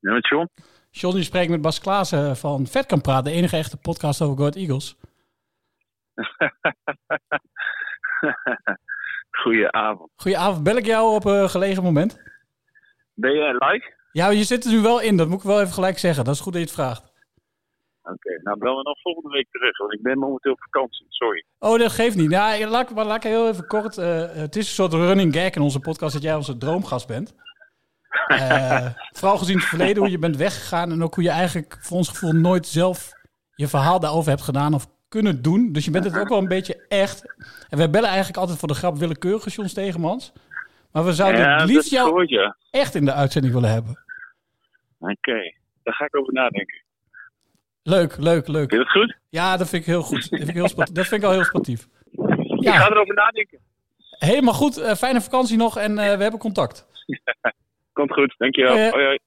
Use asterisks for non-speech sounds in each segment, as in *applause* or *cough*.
Ja, met John? John, je spreekt met Bas Klaassen van Vet kan praten, de enige echte podcast over Goat Eagles. Goedenavond. Goedenavond, bel ik jou op een gelegen moment? Ben je live? Ja, je zit er nu wel in, dat moet ik wel even gelijk zeggen. Dat is goed dat je het vraagt. Oké, nou bel me dan volgende week terug, want ik ben momenteel op vakantie, sorry. Oh, dat geeft niet. Nou, ik- laat, ik- maar laat ik heel even kort. eh, het is een soort running gag in onze podcast dat jij onze droomgast bent. *laughs* Eh, vooral gezien het verleden, hoe je bent weggegaan en ook hoe je eigenlijk voor ons gevoel nooit zelf je verhaal daarover hebt gedaan of kunnen doen. Dus je bent het ook wel een beetje echt. En wij bellen eigenlijk altijd voor de grap willekeurige John Stegemans. Maar we zouden ja, het dat liefst is jou goed, ja. echt in de uitzending willen hebben. Oké, daar ga ik over nadenken. Leuk, leuk, Vind leuk. je dat goed? Ja, dat vind ik heel goed. Dat vind ik, heel sportief. Dat vind ik al heel sportief. Ik ga Ja, erover nadenken. helemaal goed. Eh, fijne vakantie nog en eh, we hebben contact. Komt goed, dankjewel. Oh, ja. Hoi, hoi.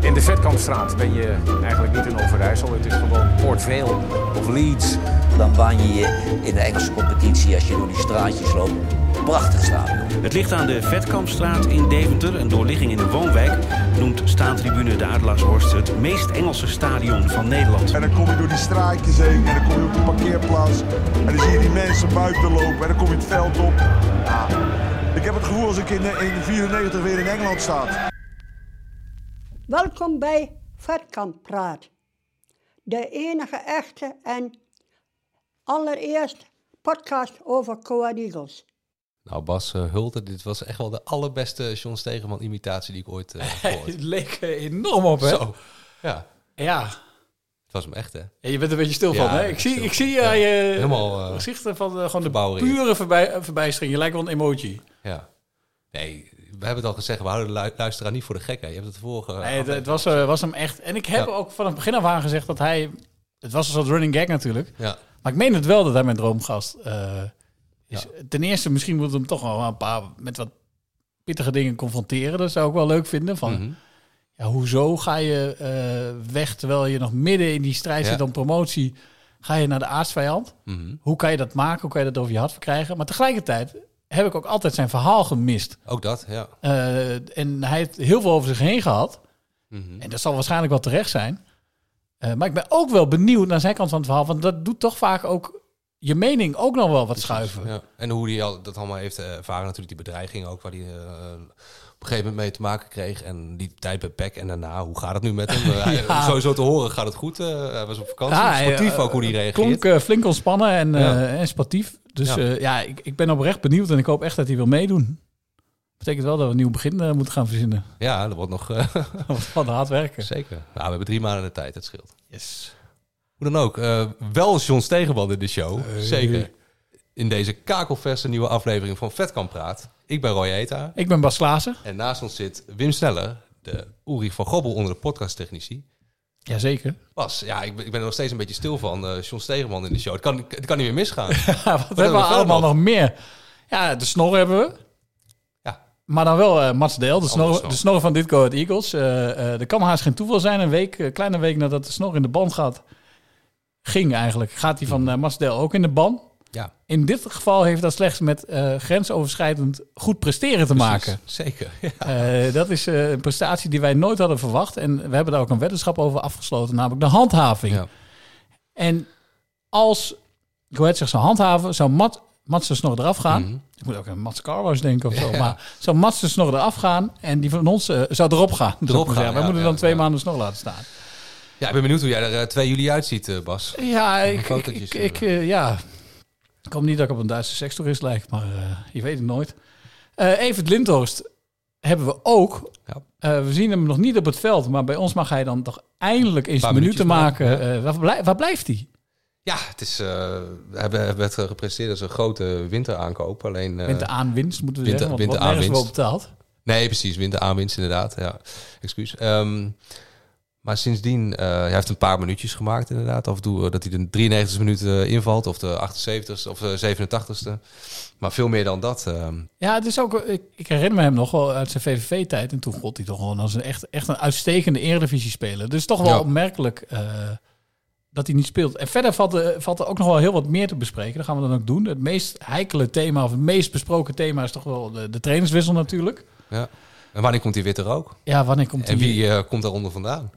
In de Vetkampstraat ben je eigenlijk niet in Overijssel. Het is gewoon Port Vale of Leeds. Dan baan je je in de Engelse competitie als je door die straatjes loopt. Prachtig stadion. Het ligt aan de Vetkampstraat in Deventer, een doorligging in de woonwijk. Noemt staantribune de Adelaarshorst het meest Engelse stadion van Nederland. En dan kom je door die straatjes heen en dan kom je op de parkeerplaats. En dan zie je die mensen buiten lopen en dan kom je het veld op. Ja, ik heb het gevoel als ik in, eh, in 94 weer in Engeland sta. Welkom bij Vetkamp Praat. De enige echte en allereerst podcast over Coa Eagles. Nou, Bas eh, Hulten, dit was echt wel de allerbeste John Stegeman imitatie die ik ooit *laughs* eh, heb Het gehoord. leek eh, enorm op, hè? Zo. Ja, Ja. het was hem echt, hè? Ja, je bent er een beetje stil Ja, van, hè? ik Ik ben zie, stil. ik zie Ja. aan je Helemaal, eh, gezichten van eh, gewoon de verbouwering. pure voorbij, eh, verbijstering. Je lijkt wel een emoji. Ja. Nee, we hebben het al gezegd, we houden de lu- luisteraar niet voor de gek, hè? Je hebt het de vorige... Nee, het, aflevering het was, eh, was hem echt. En ik heb Ja. ook van het begin af aan gezegd dat hij... Het was een soort running gag natuurlijk. Ja, Maar ik meen het wel dat hij mijn droomgast eh, is. Ten eerste, misschien moeten we hem toch wel een paar met wat pittige dingen confronteren. Dat zou ik wel leuk vinden. Van, ja, hoezo ga je eh, weg terwijl je nog midden in die strijd Ja. zit om promotie? Ga je naar de aardsvijand? Hoe kan je dat maken? Hoe kan je dat over je hart verkrijgen? Maar tegelijkertijd heb ik ook altijd zijn verhaal gemist. ook dat, ja. Eh, en hij heeft heel veel over zich heen gehad. Mhm. En dat zal waarschijnlijk wel terecht zijn. Eh, maar ik ben ook wel benieuwd naar zijn kant van het verhaal. Want dat doet toch vaak ook je mening ook nog wel wat schuiven. ja. En hoe hij al, dat allemaal heeft eh, ervaren, natuurlijk die bedreiging ook, waar hij eh, op een gegeven moment mee te maken kreeg. En die tijd bij PEC en daarna, hoe gaat het nu met *laughs* hem? Eh, hij- Sowieso te horen, gaat het goed? Eh, hij was op vakantie, Ja, hij, sportief eh, ook hoe hij reageert. Klonk eh, flink ontspannen en, eh Ja. en sportief. Dus Ja. ja, ja ik, ik ben oprecht benieuwd en ik hoop echt dat hij wil meedoen. Betekent wel dat we een nieuw begin eh, moeten gaan verzinnen. *laughs* Ja, dat wordt nog... eh, *laughs* Van hard werken. Zeker. Nou, we hebben drie maanden de tijd, dat scheelt. Hoe dan ook, eh, wel John Stegenman in de show. Eh, Zeker. In deze kakelverse nieuwe aflevering van Vet kan Praat. Ik ben Roy Eta. Ik ben Bas Klaassen. En naast ons zit Wim Sneller, de Ulrich van Gobbel onder de podcasttechnici. Jazeker. Bas, ja, ik ben, ik ben er nog steeds een beetje stil van. eh John Stegenman in de show. Het kan, het kan niet meer *laughs* misgaan. Ja, wat hebben hebben we we verder allemaal nog? nog? meer? Ja, de snor hebben we. Ja. Maar dan wel eh Mats Deel, de snor, snor. de snor van dit Go Ahead Eagles. Eh eh er kan haast geen toeval zijn. Een week, eh, kleine week nadat de snor in de band gaat, ging eigenlijk. Gaat die van eh Mats Deel ook in de band? ja, In dit geval heeft dat slechts met eh, grensoverschrijdend goed presteren te maken. precies. Zeker. *laughs* Ja. Eh, dat is eh, een prestatie die wij nooit hadden verwacht. En we hebben daar ook een weddenschap over afgesloten, namelijk de handhaving. Ja. En als Go Ahead zich zou handhaven, zou Mat, Mats dus nog eraf gaan. Mhm. Ik moet ook aan Mats Carlos denken of zo. Maar zou Mats dus nog eraf gaan en die van ons eh, zou erop gaan. zou ik maar gaan, zeggen. Wij ja, moeten ja, dan twee ja. maanden snor laten staan. ja, ik ben benieuwd hoe jij er eh, 2 juli uitziet, eh, Bas. Ja, ik, ik, fotootjes ik, ik, eh, ja. ik hoop niet dat ik op een Duitse sekstoerist lijk, maar eh, je weet het nooit. Eh Evert Lindhorst hebben we ook. Ja. Eh, we zien hem nog niet op het veld, maar bij ons mag hij dan toch eindelijk eens Paar een minuten minuutjes maken. maar, Eh, waar, blij- waar blijft hij? Ja, het is, eh, we hebben, we hebben het gepresteerd als een grote winteraankoop. Alleen, eh, Winter aanwinst, moeten we winter- zeggen, want winter wordt nergens wel aanwinst. betaald. Nee, precies. Winteraanwinst inderdaad. Ja, excuus. Ehm, maar sindsdien, eh hij heeft een paar minuutjes gemaakt inderdaad. Af en toe eh, dat hij de 93 minuten eh, invalt. Of de 78 e of de 87 e Maar veel meer dan dat. ehm, Ja, het is ook, ik, ik herinner me hem nog wel uit zijn VVV-tijd. En toen gold hij toch gewoon als een echt, echt een uitstekende Eredivisie-speler. Dus toch wel Ja. opmerkelijk eh, dat hij niet speelt. En verder valt, er- valt er ook nog wel heel wat meer te bespreken. Dat gaan we dan ook doen. Het meest heikele thema, of het meest besproken thema... is toch wel de, de trainerswissel natuurlijk. ja. En wanneer komt die witte rook? Ja, wanneer komt die? En wie eh, komt daaronder vandaan?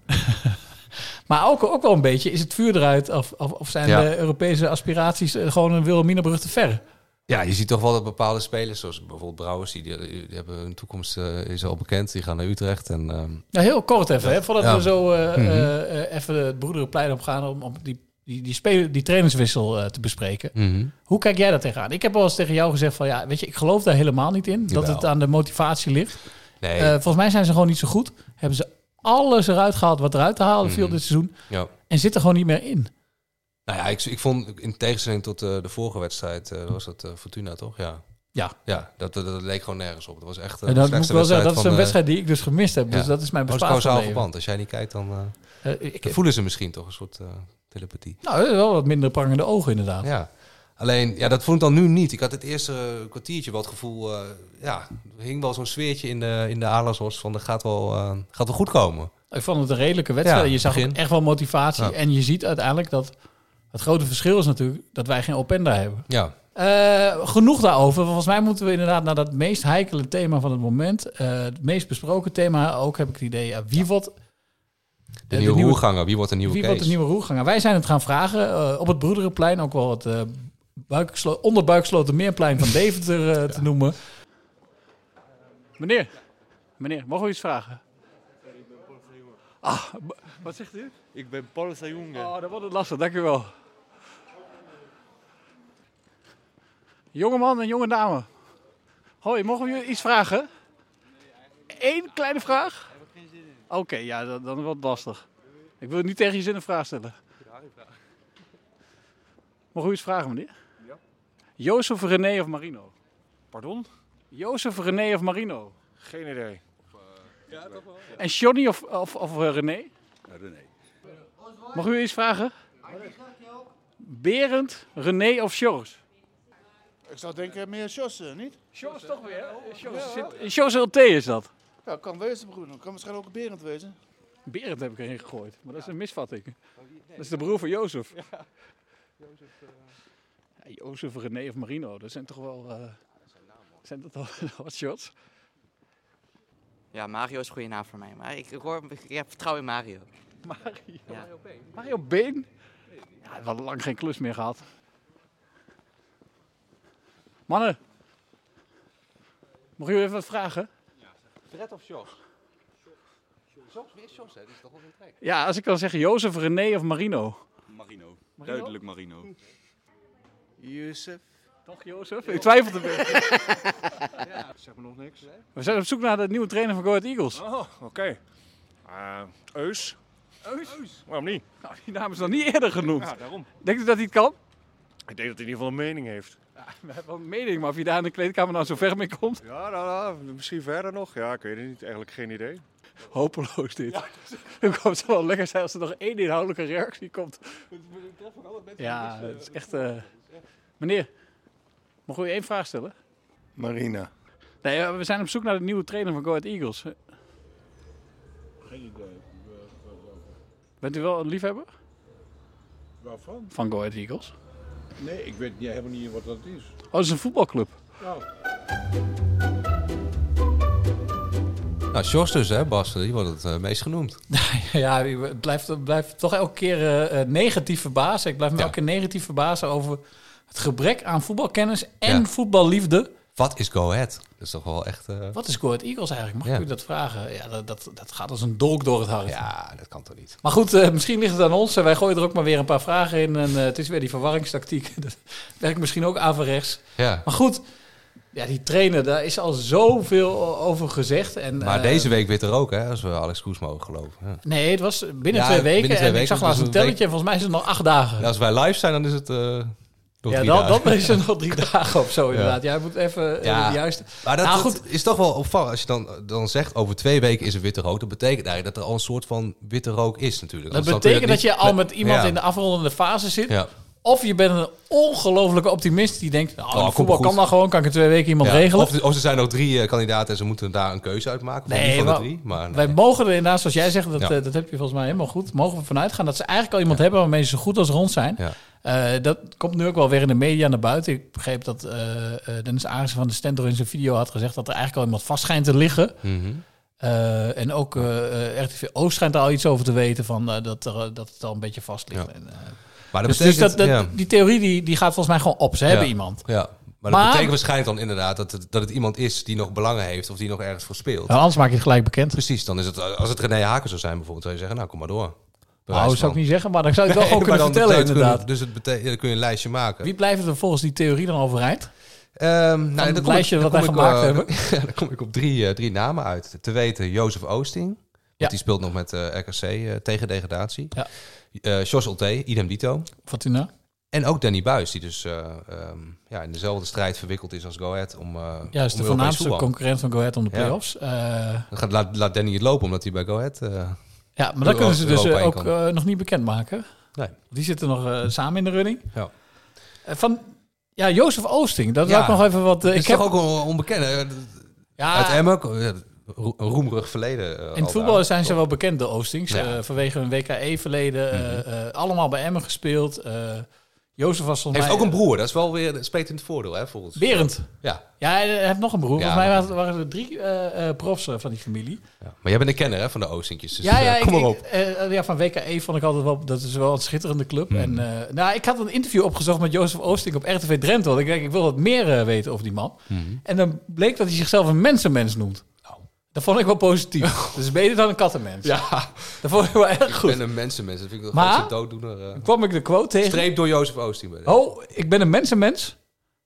Maar ook, ook wel een beetje, is het vuur eruit of, of, of zijn Ja. de Europese aspiraties eh, gewoon een Wilhelminabrug te ver? Ja, je ziet toch wel dat bepaalde spelers, zoals bijvoorbeeld Brouwers, die, die hebben hun toekomst eh, is al bekend. Die gaan naar Utrecht. En, ehm, Nou, heel kort even, hè, voordat Ja. Mhm. we zo eh, eh, eh, even het broederenplein op gaan om, om die, die, die, speler, die trainerswissel eh, te bespreken. mhm. Hoe kijk jij daar tegenaan? Ik heb wel eens tegen jou gezegd van ja, weet je, ik geloof daar helemaal niet in. Dat Jawel. het aan de motivatie ligt. Nee, Eh, volgens mij zijn ze gewoon niet zo goed. Hebben ze alles eruit gehaald wat eruit te halen Mhm. viel dit seizoen. ja. En zit er gewoon niet meer in. Nou ja, ik, ik vond in tegenstelling tot eh, de vorige wedstrijd, eh, was dat eh, Fortuna toch? Ja, Ja, ja dat, dat, dat leek gewoon nergens op. Dat was echt eh, en de dat moet ik slechtste wel zeggen. Dat is van, een eh, wedstrijd die ik dus gemist heb. Dus ja. dat is mijn oh, het bespaar. causaal verband. Als jij niet kijkt, dan eh, ik heb voelen ze misschien toch een soort eh, telepathie. nou, eh, wel wat minder prangende ogen inderdaad. Ja. Alleen, ja, dat vond ik dan nu niet. Ik had het eerste eh, kwartiertje wel het gevoel... eh, ja, er hing wel zo'n sfeertje in de, in de Alershorst van... dat gaat wel, eh, gaat wel goed komen. Ik vond het een redelijke wedstrijd. Ja, je zag begin. ook echt wel motivatie. Ja. En je ziet uiteindelijk dat het grote verschil is natuurlijk dat wij geen openda hebben. Ja, Eh, genoeg daarover. Volgens mij moeten we inderdaad naar dat meest heikele thema van het moment. eh, het meest besproken thema ook, heb ik het idee. Ja, wie wordt de, de nieuwe nieuwe- roerganger. Wie wordt de nieuwe Wie Kees? wordt de nieuwe roerganger? Wij zijn het gaan vragen eh, op het Broederenplein, ook wel het eh buikslo- onderbuikslotermeerplein van Deventer eh, te noemen. Meneer, meneer, mogen we iets vragen? Ah, b- wat zegt u? Ik ben Paul Sayunga. Oh, dat wordt het lastig, dank u wel. Jonge man en jonge dame. Hoi, mogen we u iets vragen? Eén kleine vraag? Oké, ja, dan, dan wordt het lastig. Ik wil niet tegen je zin een vraag stellen. Mogen we u iets vragen, meneer? Ja. Jozef, René of Marino? Pardon? Jozef, René of Marino? Geen idee. En Johnny of, of, of eh, René? René. Mag u iets vragen? Berend, René of Sjors? Ik zou denken meer Jossen, niet? Sjors toch weer? Sjors LT is dat. Ja, kan wezen, broer. Kan misschien ook Berend wezen. Berend heb ik erin gegooid, maar dat is een misvatting. Dat is de broer van Jozef. *laughs* Ja, eh, Jozef, René of Marino, dat zijn toch wel... eh, zijn dat al *laughs* wat shots? Ja, Mario is een goede naam voor mij. Maar ik, ik, hoor, ik heb vertrouwen in Mario. Mario, Ja. Mario Been? Ja, we hadden lang geen klus meer gehad. Mannen, mag ik jullie even wat vragen? Fred of Jos? Jos, weer Jos, hè? Dat is toch wel een trek. Ja, als ik kan zeggen Jozef, René of Marino. Marino. Duidelijk Marino. Jozef. Toch Jozef? Ik twijfel een beetje. Zeg me nog niks. We zijn op zoek naar de nieuwe trainer van Go Ahead Eagles. Oh, oké. Eh, Eus. Eus? Waarom niet? Nou, die naam is nog niet eerder genoemd. Ja, daarom. Denkt u dat hij het kan? Ik denk dat hij in ieder geval een mening heeft. We hebben wel een mening, maar of je daar in de kleedkamer nou zo ver mee komt. Ja, nou, nou, misschien verder nog. Ja, ik weet het niet. Eigenlijk geen idee. Hopeloos dit. *laughs* Het zou wel lekker zijn als er nog één inhoudelijke reactie komt. Ja, het is echt... eh, Meneer, mag ik u één vraag stellen? Marina. Nee, eh, we zijn op zoek naar de nieuwe trainer van Go Ahead Eagles. Geen idee. Bent u wel een liefhebber Waarvan? van Go Ahead Eagles? Nee, ik weet helemaal niet wat dat is. Oh, het is een voetbalclub. Nou, Jos dus, hè, Bas? Die wordt het eh, meest genoemd. *laughs* Ja, ik blijf, blijf toch elke keer eh, eh, negatief verbazen. Ik blijf me Ja. elke keer negatief verbazen over het gebrek aan voetbalkennis en Ja. voetballiefde. Wat is Go Ahead? Dat is toch wel echt... eh, Wat is Go Ahead Eagles eigenlijk? Mag Ja. ik u dat vragen? Ja, dat, dat, dat gaat als een dolk door het hart. ja, dat kan toch niet? Maar goed, eh, misschien ligt het aan ons. En wij gooien er ook maar weer een paar vragen in. En eh, het is weer die verwarringstactiek. *laughs* dat werkt misschien ook averechts. Ja. Maar goed, ja, die trainer, daar is al zoveel over gezegd. En, Maar eh, deze week wit er ook, hè? Als we Alex Koes mogen geloven. Ja. Nee, het was binnen Ja, twee weken. binnen twee en ik weken, zag laatst dus een een week- telletje. En volgens mij is het nog acht dagen. Ja, als wij live zijn, dan is het. eh, nog Ja, drie dan, dagen. dan *laughs* is het nog drie *laughs* dagen of zo inderdaad. Jij moet even eh, Ja. de juiste... Maar dat, Nou, dat goed. is toch wel opvallend. Als je dan, dan zegt over twee weken is er witte rook, dat betekent eigenlijk dat er al een soort van witte rook is natuurlijk. Dat Anders dan kun betekent dat je het al niet- met iemand Ja. in de afrondende fase zit. Ja. Of je bent een ongelofelijke optimist die denkt, nou, kom voetbal Oh, goed. kan dan gewoon, kan ik in twee weken iemand Ja, regelen. Of, of er zijn nog drie eh, kandidaten en ze moeten daar een keuze uit maken. Van nee, van de maar drie. Maar nee. wij mogen er inderdaad, zoals jij zegt, dat, Ja. eh, dat heb je volgens mij helemaal goed. Mogen we vanuit gaan dat ze eigenlijk al iemand hebben waarmee ze zo goed als rond zijn. Ja. Eh, dat komt nu ook wel weer in de media naar buiten. Ik begreep dat eh, eh, Dennis Arissen van de Stentor in zijn video had gezegd dat er eigenlijk al iemand vast schijnt te liggen. Mhm. Eh, en ook eh, eh, RTV Oost schijnt daar al iets over te weten van eh, dat, er, eh, dat het al een beetje vast ligt. En, eh, Maar dat dus betekent- dus dat, dat- ja. die theorie die, die gaat volgens mij gewoon op. Ze hebben Ja. iemand. Ja. Maar dat Maar- betekent waarschijnlijk dan inderdaad dat het, dat het iemand is die nog belangen heeft of die nog ergens voor speelt. Nou, anders maak je het gelijk bekend. Precies, dan is het, als het René Haken zou zijn bijvoorbeeld, zou je zeggen, nou kom maar door. Bij Nou, wijze dat zou ik van. niet zeggen, maar dan zou ik wel Nee, gewoon maar kunnen dan vertellen zou je het kunnen- inderdaad. dus het betekent, dan kun je een lijstje maken. Wie blijft er volgens die theorie dan overeind? Ehm Van dan het kom lijstje wat dan wij kom ik, gemaakt eh, hebben. dan- ja, *laughs* dan kom ik op drie, eh, drie namen uit. Te weten Jozef Oosting. Want Ja. die speelt nog met eh, RKC eh, tegen degradatie. Ja. Eh, Jos Olte, idem dito. Fortuna. En ook Danny Buis, die dus eh, ehm, ja, in dezelfde strijd verwikkeld is als Go Ahead. Om, eh, om Juist, dus de Europees voornaamste voetbal. concurrent van Go Ahead om de Ja. play-offs. Eh, Ja, Dan gaat, laat, laat Danny het lopen, omdat hij bij Go Ahead... eh, maar dat Euro- kunnen ze dus Europa eh, in ook kan. eh, nog niet bekendmaken. Nee. Die zitten nog eh, samen in de running. Ja. Eh, van, ja, Jozef Oosting, dat Ja. wil ik nog even wat... eh, dat ik is heb toch ook een onbekende. Ja. Uit Emmen, eh, ro- een roemrig verleden. eh, In al het voetbal daar. zijn ze wel bekend, de Oostings. Ja. Mhm. eh, vanwege hun WKE-verleden. eh, eh, allemaal bij Emmen gespeeld. eh, Jozef was volgens Heeft mij... eh, ook een broer, dat is wel weer dat speelt in het voordeel, hè, volgens Berend. Ja, Ja, hij heeft nog een broer. Ja. Volgens mij waren, waren er drie eh, eh, profs eh, van die familie. maar jij bent een kenner hè, van de Oostinkjes, dus ja, ja, eh, kom ik- maar op. ik- eh, ja, van WKE vond ik altijd wel... Dat is wel een schitterende club. Hmm. En, eh, nou, ik had een interview opgezocht met Jozef Oosting op RTV Drenthe. Want ik denk, ik wil wat meer eh, weten over die man. Hmm. En dan bleek dat hij zichzelf een mensenmens noemt. Nou. Dat vond ik wel *laughs* positief. Dus beter dan een kattenmens. Ja, Dat vond ik wel erg goed. ik ben een mensenmens. Dat vind ik de Maar- grootste dooddoener. eh. Dan kwam ik de quote tegen. Streep door Jozef Oosting. ben ik. Oh, ik ben een mensenmens.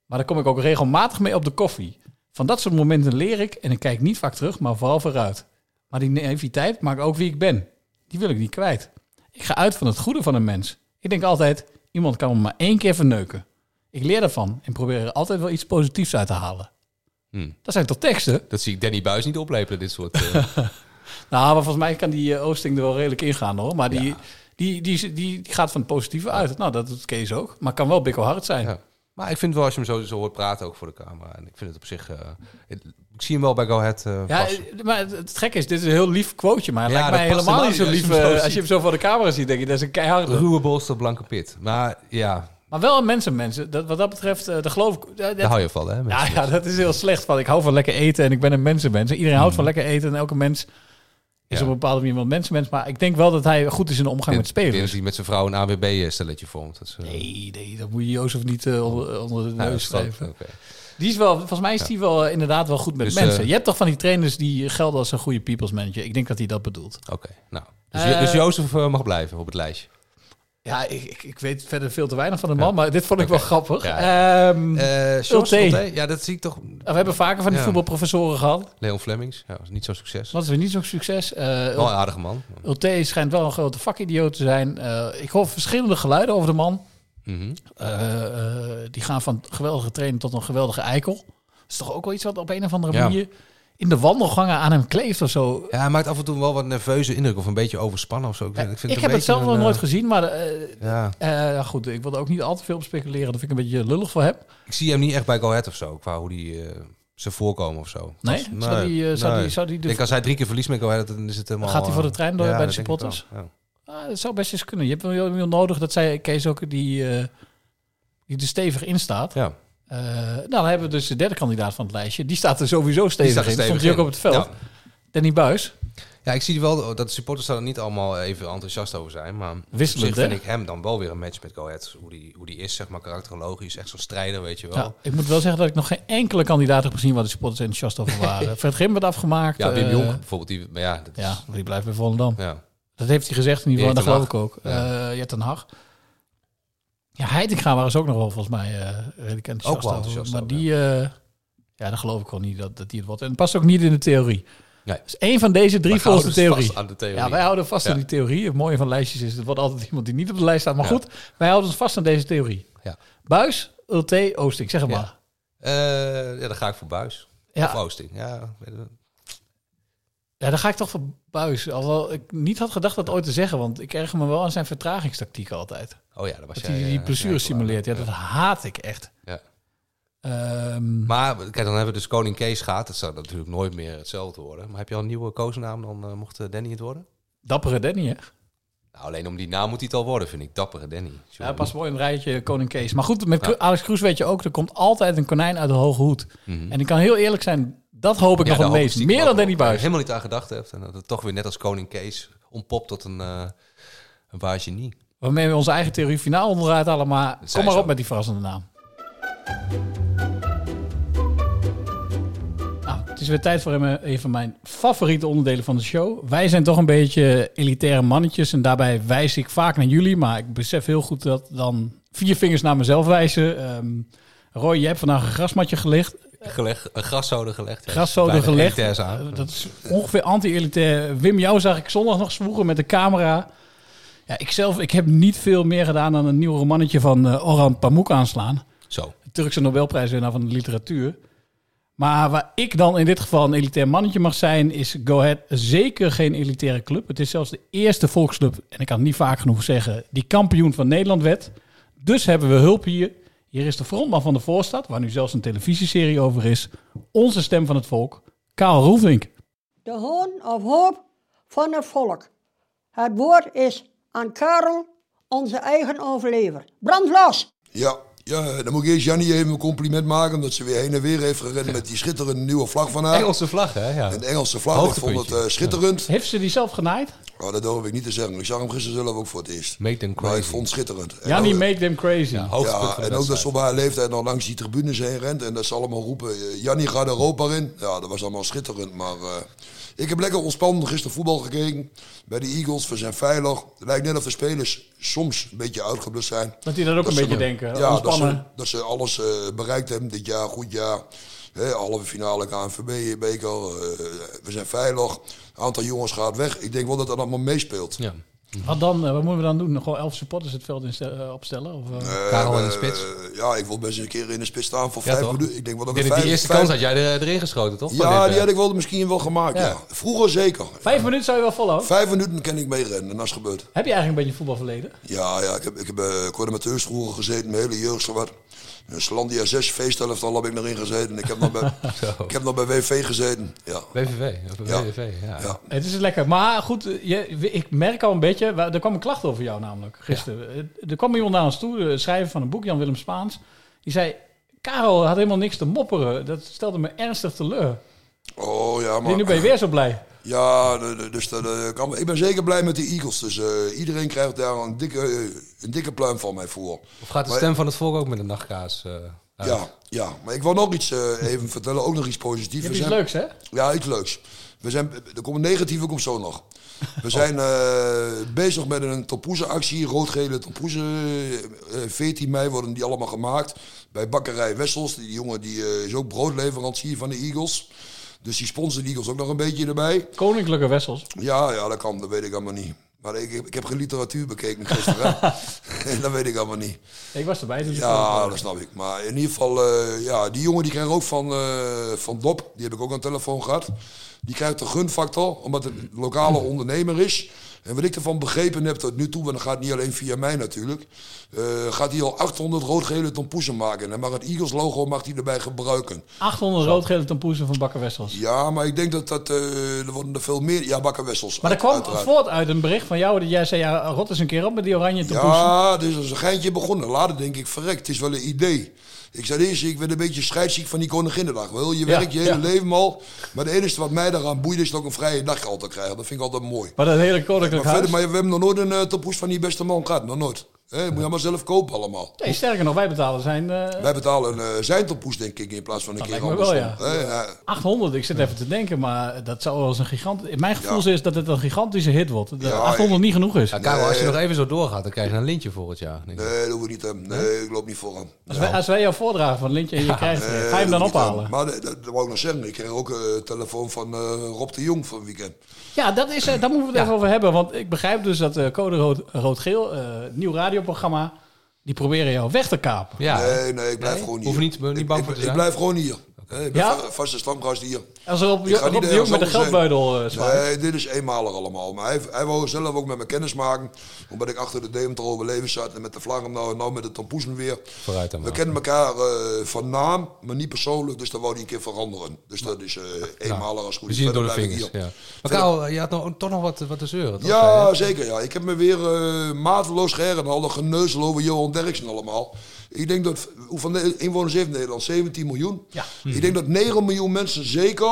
Maar daar kom ik ook regelmatig mee op de koffie. Van dat soort momenten leer ik en ik kijk niet vaak terug, maar vooral vooruit. Maar die naïviteit maakt ook wie ik ben. Die wil ik niet kwijt. Ik ga uit van het goede van een mens. Ik denk altijd, iemand kan me maar één keer verneuken. Ik leer daarvan en probeer er altijd wel iets positiefs uit te halen. Hm. Dat zijn toch teksten? Dat zie ik Danny Buis niet oplepelen, dit *laughs* soort... eh. Nou, maar volgens mij kan die eh, Oosting er wel redelijk ingaan hoor. Maar die, die, die, die, die gaat van het positieve uit. Nou, dat doet Kees ook. Maar kan wel bikkelhard zijn. ja. Maar ik vind wel, als je hem zo, zo hoort praten, ook voor de camera. En ik vind het op zich... eh, het- ik zie hem wel bij Go Ahead eh, Ja, passen. eh, maar het, het gekke is, dit is een heel lief quoteje, maar het Ja, lijkt mij dat past helemaal niet zo helemaal lief. eh, niet als je hem zo als je hem zo voor de camera ziet, denk je, dat is een keiharde. Ruwe bolster, blanke pit. Maar ja, Maar wel een mensen, mensen. Dat, wat dat betreft, eh daar geloof ik... eh, dat- Nou daar hou je van, hè? mensen. ja, ja, dat is heel slecht. Van, ik hou van lekker eten en ik ben een mensenmens. Iedereen houdt van lekker eten en elke mens is Mm. Ja. op een bepaalde manier wel een mensenmens. Maar ik denk wel dat hij goed is in de omgang Ik met denk- ik denk spelers. dat hij met zijn vrouw een AWB-stelletje vormt. Dat is, eh, Nee, nee, dat moet je Jozef niet eh, onder, onder de nou, dat neus is groot. schrijven. Oké. Die is wel, volgens mij is die wel eh, inderdaad wel goed met Dus, mensen. eh, je hebt toch van die trainers die gelden als een goede people's manager. Ik denk dat hij dat bedoelt. Oké, nou. Dus, Eh, dus Jozef eh, mag blijven op het lijstje. Ja, ik, ik, ik weet verder veel te weinig van de man, maar dit vond ik wel grappig. Ja, Ehm, Eh Jos, Ulte. Ulte, ja, dat zie ik toch. we hebben vaker van die ja. voetbalprofessoren gehad. Leon Flemings, ja, was niet zo'n succes. Dat is weer niet zo'n succes. Eh Wel een aardige man. Ulte schijnt wel een grote vakidioot te zijn. Eh, ik hoor verschillende geluiden over de man. Mhm. Eh, eh, die gaan van geweldige trainer tot een geweldige eikel. Dat is toch ook wel iets wat op een of andere Ja. manier in de wandelgangen aan hem kleeft of zo. Eh, Ja, hij maakt af en toe wel wat nerveuze indruk of een beetje overspannen of zo. Ik, vind ik een heb het beetje zelf nog een, nooit eh, gezien, maar eh, Ja, eh, goed, ik wil er ook niet al te veel op speculeren. Dat vind ik een beetje lullig voor heb. ik zie hem niet echt bij Go Ahead of zo, qua hoe die eh, ze voorkomen of zo. Nee? Als- Zou die, eh, zou nee. die- zou die de- Ik denk als hij drie keer verliest met Go Ahead, dan is het helemaal... Gaat hij voor de eh, trein door bij dat de denk ik wel, supporters? ja. Ah, dat zou best eens kunnen. Je hebt wel iemand nodig, dat zei Kees ook, die, eh, die er stevig in staat. Ja, Eh, nou, dan hebben we dus de derde kandidaat van het lijstje. Die staat er sowieso die stevig staat er in. stevig Stond hij ook in. op het veld. Ja. Danny Buis. Ja, ik zie wel dat de supporters daar niet allemaal even enthousiast over zijn. Maar Wisselend, op zich hè? vind ik hem dan wel weer een match met Go Ahead. Hoe die, hoe die is, zeg maar, karakterologisch. Echt zo'n strijder, weet je wel. Ja, Ja, Nou, ik moet wel zeggen dat ik nog geen enkele kandidaat heb gezien waar de supporters enthousiast over *laughs* waren. Fred Grim werd afgemaakt. Wim eh, Jonk bijvoorbeeld. Die, maar ja, dat is, Ja, ja. maar die blijft bij Volendam. Dat heeft hij gezegd in ieder geval, en dat Die geloof heeft ik ook. Ten Hag. Eh Jet ten Hag. Ja, Heitinga waren ze ook nog wel volgens mij eh redelijk enthousiast Ook wel over. enthousiast Maar ook, die, eh, ja, dat geloof ik wel niet dat, dat die het wordt. En het past ook niet in de theorie. Nee. Dus één van deze drie Maar we volgens de houden theorie. dus vast aan de theorie. Ja, wij houden vast aan Ja. die theorie. Het mooie van lijstjes is, het wordt altijd iemand die niet op de lijst staat. Maar Ja. goed, wij houden ons vast aan deze theorie. Ja. Buis, Ulte, Oosting, zeg het Ja. maar. Eh, ja, dan ga ik voor Buis. Ja. Of Oosting. Ja, weet je wel. Ja, dan ga ik toch voor Buis. Alhoewel ik niet had gedacht dat ooit te zeggen, want ik erger me wel aan zijn vertragingstactiek altijd. Oh ja, dat was dat jij, hij die eh, blessure jij simuleert. Ja, dat haat ik echt. Ja. Ehm, Maar kijk, dan hebben we dus Koning Kees gehad. Dat zou natuurlijk nooit meer hetzelfde worden. Maar heb je al een nieuwe koosnaam? Dan eh, mocht eh, Danny het worden? dappere Danny, hè? Nou, alleen om die naam moet hij het al worden, vind ik. Dappere Danny. Ja, pas mooi in het rijtje Koning Kees. Maar goed, met Cru- Alex Kroes weet je ook, er komt altijd een konijn uit de hoge hoed. En ik kan heel eerlijk zijn, dat hoop ik Mhm. Ja, nog daar het hoop ik meest. stiekem Meer ook dan wel. Danny Waar je Buis. helemaal niet aan gedacht hebt. En dat het toch weer net als Koning Kees ontpopt tot een, eh een waar genie. Waarmee we onze eigen theorie finaal onderuit halen. Maar Dat kom zei maar ze op ook. met die verrassende naam. Nou, het is weer tijd voor een- een van mijn favoriete onderdelen van de show. Wij zijn toch een beetje elitaire mannetjes. En daarbij wijs ik vaak naar jullie. Maar ik besef heel goed dat dan vier vingers naar mezelf wijzen. Ehm, Roy, je hebt vandaag een grasmatje gelegd. Geleg, een graszoden gelegd. Ja, Graszoden weinig gelegd. Eh, elitairs aan. Dat is ongeveer anti-elitair. Wim, jou zag ik zondag nog zwoegen met de camera. Ja, ik zelf, ik heb niet veel meer gedaan dan een nieuw romannetje van eh, Orhan Pamuk aanslaan. Zo. De Turkse Nobelprijswinnaar van de literatuur. Maar waar ik dan in dit geval een elitair mannetje mag zijn, is Go Ahead zeker geen elitaire club. Het is zelfs de eerste volksclub, en ik kan het niet vaak genoeg zeggen, die kampioen van Nederland werd. Dus hebben we hulp hier. Hier is de frontman van de voorstad, waar nu zelfs een televisieserie over is. Onze stem van het volk, Karel Roelvink. De hoon of hoop van het volk. Het woord is aan Karel, onze eigen overlever. Brand los! Ja, ja, dan moet ik eerst Jannie even een compliment maken. Omdat ze weer heen en weer heeft gerend met die schitterende nieuwe Ah, vlag van haar. Engelse vlag, hè? Ja. Een Engelse vlag. Ik vond het Hoogtepuntje. eh, schitterend. Heeft ze die zelf genaaid? Oh, dat durf ik niet te zeggen. Ik zag hem gisteren zelf ook voor het eerst. Make them Maar ik crazy. vond het schitterend. Eh, En Jannie, ook- make them crazy. ja, eh, en ook dat ze op haar leeftijd nog langs die tribunes heen rent. En dat ze allemaal roepen, eh, Jannie gaat Europa in. Ja, dat was allemaal schitterend. Maar eh, ik heb lekker ontspannen gisteren voetbal gekeken. Bij de Eagles, we zijn veilig. Het lijkt net of de spelers soms een beetje uitgeblust zijn. Dat die dat ook een ze beetje nog- denken, Ja, dat ze, ontspannen. dat ze alles eh, bereikt hebben dit jaar, goed jaar. Hè, halve finale KNVB-beker. eh, we zijn veilig. Een aantal jongens gaat weg. Ik denk wel dat dat allemaal meespeelt. Ja. Wat dan? eh, Wat moeten we dan doen? Nog wel elf supporters het veld instel- eh, opstellen? Of, eh? Eh, Karel in de eh, spits. ja, ik wil best een keer in de spits staan voor Ja, vijf toch? minuten. Ik denk wel dat Ik denk dat ik vijf, die eerste vijf- kans had jij er- erin geschoten, toch? Van Ja, dit, die eh, had ik wel misschien wel gemaakt. Ja. Ja. Vroeger zeker. Vijf minuten zou je wel volhouden? Vijf minuten kan ik mee rennen als het gebeurt. Heb je eigenlijk een beetje voetbalverleden? Ja, ja ik heb, ik heb eh, coördinateurs vroeger gezeten, mijn hele jeugd zowat. In Slandia 6 feestelftal heb ik erin gezeten. Ik heb nog bij, *laughs* ik heb nog bij WV gezeten. Ja. BVV. of Ja. BVV, ja. Ja. Het is lekker. Maar goed, eh, je, ik merk al een beetje... wa- Er kwam een klacht over jou namelijk gisteren. Eh, Er kwam iemand naar ons toe, de schrijver van een boek, Jan-Willem Spaans. Die zei, Karel had helemaal niks te mopperen. Dat stelde me ernstig teleur. Oh ja, Die, maar... nu ben je weer zo blij. Ja, de- de- dus dat, eh, kan, ik ben zeker blij met de Eagles. Dus eh, iedereen krijgt daar een dikke, eh, een dikke pluim van mij voor. Of gaat de Maar- stem van het volk ook met een nachtkaas eh, uit? Ja, ja, maar ik wil nog iets eh, even vertellen, ook nog iets positiefs. Je hebt We iets zijn- leuks, hè? Ja, iets leuks. We zijn, er komt een negatieve, komt zo nog. We zijn eh, bezig met een tompoezenactie, rood-gele tompoezen. Eh, 14 mei worden die allemaal gemaakt bij Bakkerij Wessels. Die jongen die, eh, is ook broodleverancier van de Eagles. Dus die sponsort de Eagles ook nog een beetje erbij. Koninklijke Wessels. Ja, ja, dat kan, dat weet ik allemaal niet. Maar ik, heb- ik heb geen literatuur bekeken gisteren. hè. *laughs* dat weet ik allemaal niet. Ik was erbij. Dus Ja, dat snap ik. Maar in ieder geval, eh, ja, die jongen die kreeg ook van, eh, van Dop, die heb ik ook aan de telefoon gehad. Die krijgt de gunfactor, omdat het een lokale ondernemer is. En wat ik ervan begrepen heb tot nu toe, want dat gaat niet alleen via mij natuurlijk, eh, gaat hij al 800 rood-gele tompoesen maken. En hij mag het Eagles logo mag hij erbij gebruiken. 800 roodgele tampoezen van Bakker Wessels. Ja, maar ik denk dat dat, eh, er worden er veel meer, ja, bakkenwessels. Maar dat kwam uiteraard. voort uit een bericht van jou. Dat jij zei, ja, rot eens een keer op met die oranje tampoes. Ja, dus dat is een geintje begonnen. Later denk ik, verrekt, het is wel een idee. Ik zei eerst, ik werd een beetje scheidsziek van die koninginnedag. Wel, je Ja, werkt je ja. hele leven al. Maar het enige wat mij daaraan boeit is dat ik een vrije dag altijd krijg. Dat vind ik altijd mooi. Maar dat hele Maar, koninklijk huis. verder, maar we hebben nog nooit een eh tompoes van die beste man gehad. Nog nooit. Hè, moet je allemaal zelf kopen allemaal. Nee, sterker nog, wij betalen zijn eh, Wij betalen eh, zijn tompoes denk ik in plaats van een Dat keer lijkt me wel, andersom. Hè, ja. 800, ik zit even te denken, maar dat zou wel eens een gigant... In mijn gevoel Ja. is dat het een gigantische hit wordt. Dat Ja, 800 niet genoeg is. Ja, Karel, als je nog even zo doorgaat, dan krijg je een lintje volgend jaar. denk ik. Nee, dat hoef ik niet te hebben. Nee, ik loop niet vooraan. Als wij, als wij jou voordragen van Lintje en je krijgt het, Nee, ga je hem dan Eh, dat hoef ik niet te hebben. ophalen? Maar dat, dat, dat wou ik nog zeggen. Ik kreeg ook eh, een telefoon van eh, Rob de Jong van het weekend. Ja, dat is, eh, daar moeten we het even over hebben. Want ik begrijp dus dat eh, Code Rood- Rood-Geel, eh, nieuw radioprogramma, die proberen jou weg te kapen. Ja, hè? Nee, nee, ik blijf gewoon hier. Hoef je niet- ben je niet Ik- bang ik, voor te ik zijn? blijf gewoon hier. Oké. Nee, ik ben Ja? va- vaste stamgast hier. Als er op- Ik ga op niet de ergens jongen met de anders heen. geldbuidel, eh, zwaaien. Nee, dit is eenmalig allemaal. Maar hij, hij wou zelf ook met me kennis maken. Omdat ik achter de Deventer overleven zat. En met de vlaggen nou en nou met de tampoesen weer. Vooruit dan We maar. kennen elkaar eh, van naam, maar niet persoonlijk. Dus dat wou hij een keer veranderen. Dus dat is eh, eenmalig als het goed. We is. zien het door de Verder blijf ik vingers. hier. Ja. Maar Verder- Karel, je had nou, toch nog wat, wat te zeuren. toch? ja, Zei je? zeker. Ja. Ik heb me weer eh, mateloos geërenhalden, geneuzel over Johan Derksen allemaal. Ik denk dat, hoeveel ne- inwoners heeft Nederland? 17 miljoen. Ik denk dat 9 miljoen mensen zeker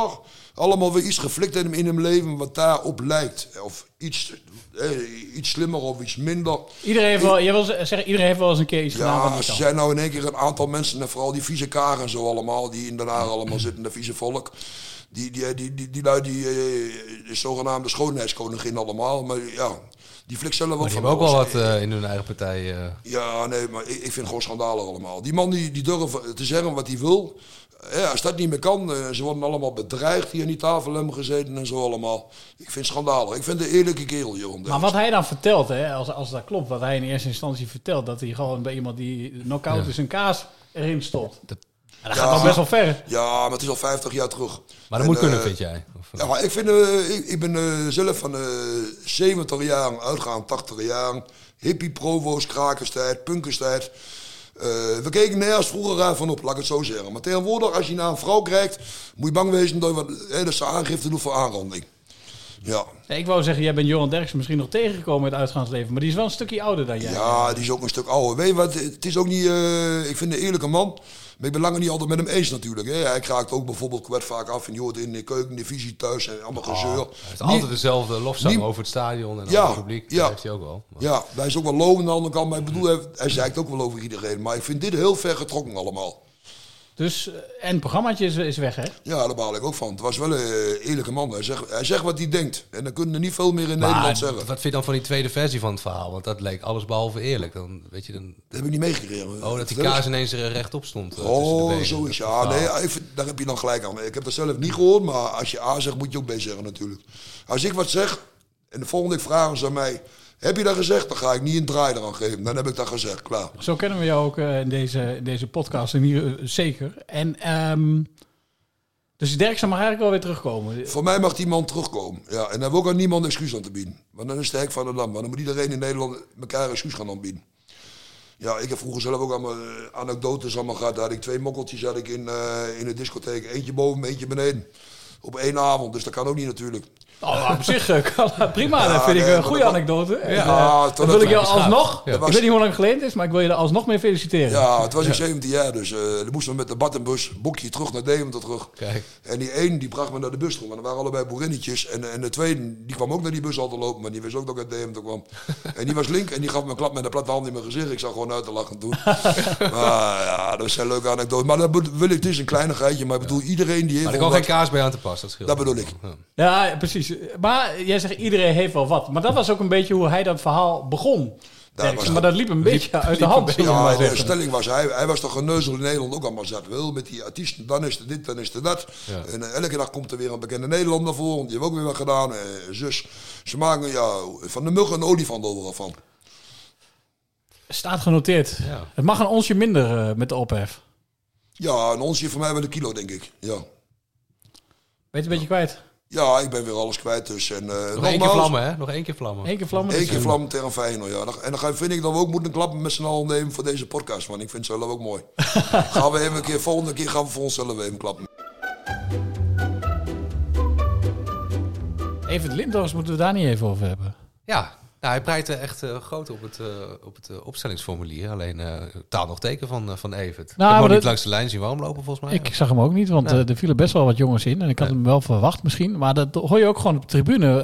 allemaal weer iets geflikt hebben in hun leven wat daarop lijkt. Of iets, eh, iets slimmer of iets minder. Iedereen heeft, wel, jij wil zeggen, iedereen heeft wel eens een keer iets gedaan. wat Ja, niet ze kan. zijn nou in één keer een aantal mensen, en vooral die vieze karen en zo allemaal, die in Den Haag allemaal zitten, de vieze volk. Die, die, die, die, die lui, die eh, de zogenaamde schoonheidskoningin allemaal, maar ja, die flik zelf wel Maar die van hebben ook wel alles. wat eh, in hun eigen partij. eh. Ja, nee, maar ik, ik vind gewoon schandalen allemaal. Die man die, die durft te zeggen wat hij wil. Ja, als dat niet meer kan, eh, ze worden allemaal bedreigd hier aan die tafel hebben gezeten en zo allemaal. Ik vind schandalen. Ik vind de eerlijke kerel, Johan. Maar wat hij dan vertelt, hè, als, als dat klopt, wat hij in eerste instantie vertelt, dat hij gewoon bij iemand die knock-out Ja. is een kaas erin stopt. Ja, dat Ja. gaat wel best wel ver. Ja, maar het is al 50 jaar terug. Maar dat En, moet kunnen, eh, vind jij? Ja, maar ik, vind, eh, ik, ik ben eh, zelf van eh 70 jaar, uitgaan 80 jaar. Hippie, provo's, krakerstijd, punkerstijd. Eh, we keken nergens vroeger raar van op, laat ik het zo zeggen. Maar tegenwoordig, als je naar een vrouw kijkt, moet je bang wezen dat, je wat, eh, dat ze aangifte doet voor aanranding. Ja. Nee, ik wou zeggen, jij bent Johan Derksen misschien nog tegengekomen in het uitgaansleven, maar die is wel een stukje ouder dan jij. Ja, die is ook een stuk ouder. Weet je wat, het is ook niet... eh, ik vind een eerlijke man. Maar ik ben langer niet altijd met hem eens natuurlijk. Hè. Hij kraakt ook bijvoorbeeld kwart vaak af. En je hoort in de keuken, de visie thuis en allemaal gezeur. Oh, Hij heeft Niet- altijd dezelfde lofzang niet- over het stadion en Ja, over het publiek. ja. Dat heeft hij ook wel. Ja, hij is ook wel lovend aan de andere kant. Maar ik bedoel, hij, hij zeikt ook wel over iedereen. Maar ik vind dit heel ver getrokken allemaal. Dus, eh, en het programmaatje is, is weg, hè? Ja, daar baal ik ook van. Het was wel een eh, eerlijke man. Hij zegt, hij zegt wat hij denkt. En dan kunnen er niet veel meer in Maar Nederland wat zeggen. vind je dan van die tweede versie van het verhaal? Want dat leek alles behalve eerlijk. Dan, weet je, dan... Dat heb ik niet meegekregen. Oh, dat die Oh, Dat is- kaas ineens er rechtop stond. eh, tussen de Oh, benen. zo is Dat ja. verhaal. Nee, ik vind- daar heb je dan gelijk aan. Ik heb dat zelf niet gehoord, maar als je A zegt, moet je ook B zeggen natuurlijk. Als ik wat zeg, en de volgende keer vragen ze aan mij... Heb je dat gezegd? Dan ga ik niet een draai eraan geven. Dan heb ik dat gezegd, klaar. Zo kennen we jou ook eh, in deze, in deze podcast, en hier eh, zeker. En, ehm, dus die Derksen mag eigenlijk wel weer terugkomen. Voor mij mag die man terugkomen. Ja, en dan hebben we ook aan niemand excuus aan te bieden. Want dan is de hek van het land. Want dan moet iedereen in Nederland elkaar excuus gaan aanbieden. Ja, ik heb vroeger zelf ook allemaal eh, anekdotes allemaal gehad. Daar had ik twee mokkeltjes had ik in, eh, in de discotheek. Eentje boven, me, eentje beneden. Op één avond, dus dat kan ook niet natuurlijk. Oh, maar op zich eh, kan *laughs* dat prima. Ja, dat vind ik nee, een goede maar dat- anekdote. En, Ja, eh, totdat dan wil ik het jou gaat. alsnog, Ja. ik weet niet hoe lang het geleden is, maar ik wil je er alsnog mee feliciteren. Ja, het was ik 17 jaar, dus eh dan moesten we met de Battenbus boekje terug naar Deventer terug. Kijk. En die één die bracht me naar de bus toe, want er waren allebei boerinnetjes. En, en de tweede die kwam ook naar die bus al te lopen, maar die wist ook dat ik uit Deventer *laughs* kwam. en die was link en die gaf me een klap met een platte hand in mijn gezicht. Ik zag gewoon uit te lachen toen. *laughs* maar ja, dat zijn leuke anekdotes. Maar dat bedo- wil ik, het is een kleinigheidje, maar ik bedoel iedereen die heeft... Maar er wel kwam geen wat- kaas bij aan te pas, dat scheelt. Dat bedoel ik. Ja, ja, precies. Maar jij zegt iedereen heeft wel wat. Maar dat was ook een beetje hoe hij dat verhaal begon. Derksen. was- maar dat liep een beetje uit de hand. zullen we maar Ja, de zeggen. stelling was, hij, hij was toch geneuzel in Nederland ook allemaal zat. Wel, met die artiesten, dan is er dit, dan is er dat. Ja. En eh, elke dag komt er weer een bekende Nederlander voor. want Die hebben ook weer wat gedaan. Eh, zus, ze maken ja, van de mug een olifant overal van. Staat genoteerd. Het mag een onsje minder eh, met de ophef. Ja, een onsje voor mij met een kilo, denk ik. Ja, Ben je het een beetje kwijt? ja ik ben weer alles kwijt dus. En, eh, Nog één keer nogmaals- vlammen, hè? Nog één keer vlammen. Eén keer vlammen. Eén keer vlammen tegen Feyenoord, ja. En dan ga- vind ik dat we ook moeten klappen met z'n allen nemen voor deze podcast. Want ik vind het zelf ook *laughs* mooi. gaan we even een keer, volgende keer gaan we voor onszelf even klappen. Even de Lindhorst moeten we daar niet even over hebben. Ja, nou, hij prijkte echt eh, groot op het, eh, op het eh, opstellingsformulier. Alleen eh, taal nog teken van, eh, van Evert. Nou, maar ik heb hem dat- niet langs de lijn zien warm lopen, volgens mij. Ik zag hem ook niet, want Nee. eh, er vielen best wel wat jongens in. En ik had hem wel verwacht misschien. Maar dat hoor je ook gewoon op de tribune.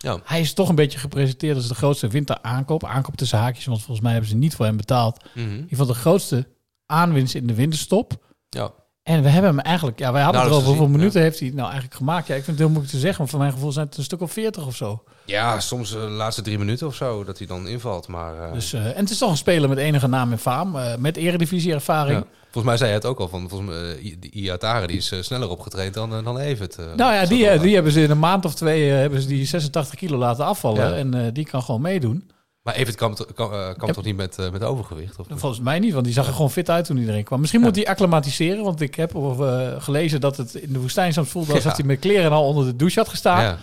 Ehm, Hij is toch een beetje gepresenteerd als de grootste winteraankoop. Aankoop tussen haakjes, want volgens mij hebben ze niet voor hem betaald. Mhm. In ieder geval de grootste aanwinst in de winterstop. Ja. En we hebben hem eigenlijk... Ja, wij hadden het Nauwelijks erover. Hoeveel gezien, minuten heeft hij nou eigenlijk gemaakt? Ja, ik vind het heel moeilijk te zeggen. Want voor mijn gevoel zijn het een stuk of veertig of zo. Ja, soms eh, de laatste drie minuten of zo dat hij dan invalt. Maar, eh, Dus, eh, en het is toch een speler met enige naam en faam. eh, met eredivisie-ervaring. ja. Volgens mij zei hij het ook al van, volgens mij, eh, I- die Iatare die is eh, sneller opgetraind dan, eh, dan Evert. eh. Nou ja, die, eh, die hebben ze in een maand of twee eh, hebben ze die 86 kilo laten afvallen. Ja. En eh, die kan gewoon meedoen. Maar Evert kan, kan, eh, kan toch niet met, eh, met overgewicht? Of? Volgens mij niet, want die zag er gewoon fit uit toen iedereen kwam. Misschien moet hij acclimatiseren, want ik heb of, eh, gelezen dat het in de woestijn soms voelde alsof Ja. hij met kleren al onder de douche had gestaan. Ja.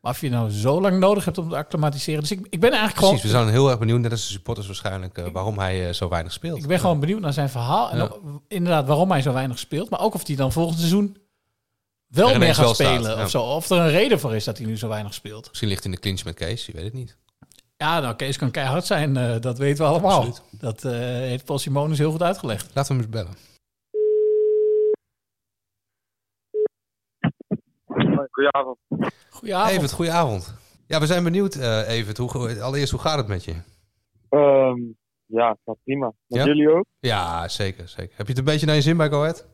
Maar of je nou zo lang nodig hebt om te acclimatiseren. Dus ik, ik ben eigenlijk Precies, we gewoon. zijn heel erg benieuwd, net als de supporters waarschijnlijk, eh, waarom hij eh, zo weinig speelt. Ik ben gewoon benieuwd naar zijn verhaal. En Ja. ook, inderdaad, waarom hij zo weinig speelt. Maar ook of hij dan volgend seizoen wel Er meer ineens gaat wel staat, spelen. ja. Of, zo. of er een reden voor is dat hij nu zo weinig speelt. Misschien ligt hij in de clinch met Kees, je weet het niet. Ja, nou, Kees kan keihard zijn. eh, dat weten we allemaal. Absoluut. Dat eh, heeft Paul Simonis heel goed uitgelegd. Laten we hem eens bellen. Goedenavond. Goedenavond. Evert, goedenavond. Ja, we zijn benieuwd, eh Evert. Hoe, allereerst, hoe gaat het met je? Ehm, ja, gaat prima. Met Ja? jullie ook? Ja, zeker, zeker. Heb je het een beetje naar je zin bij Go Ahead?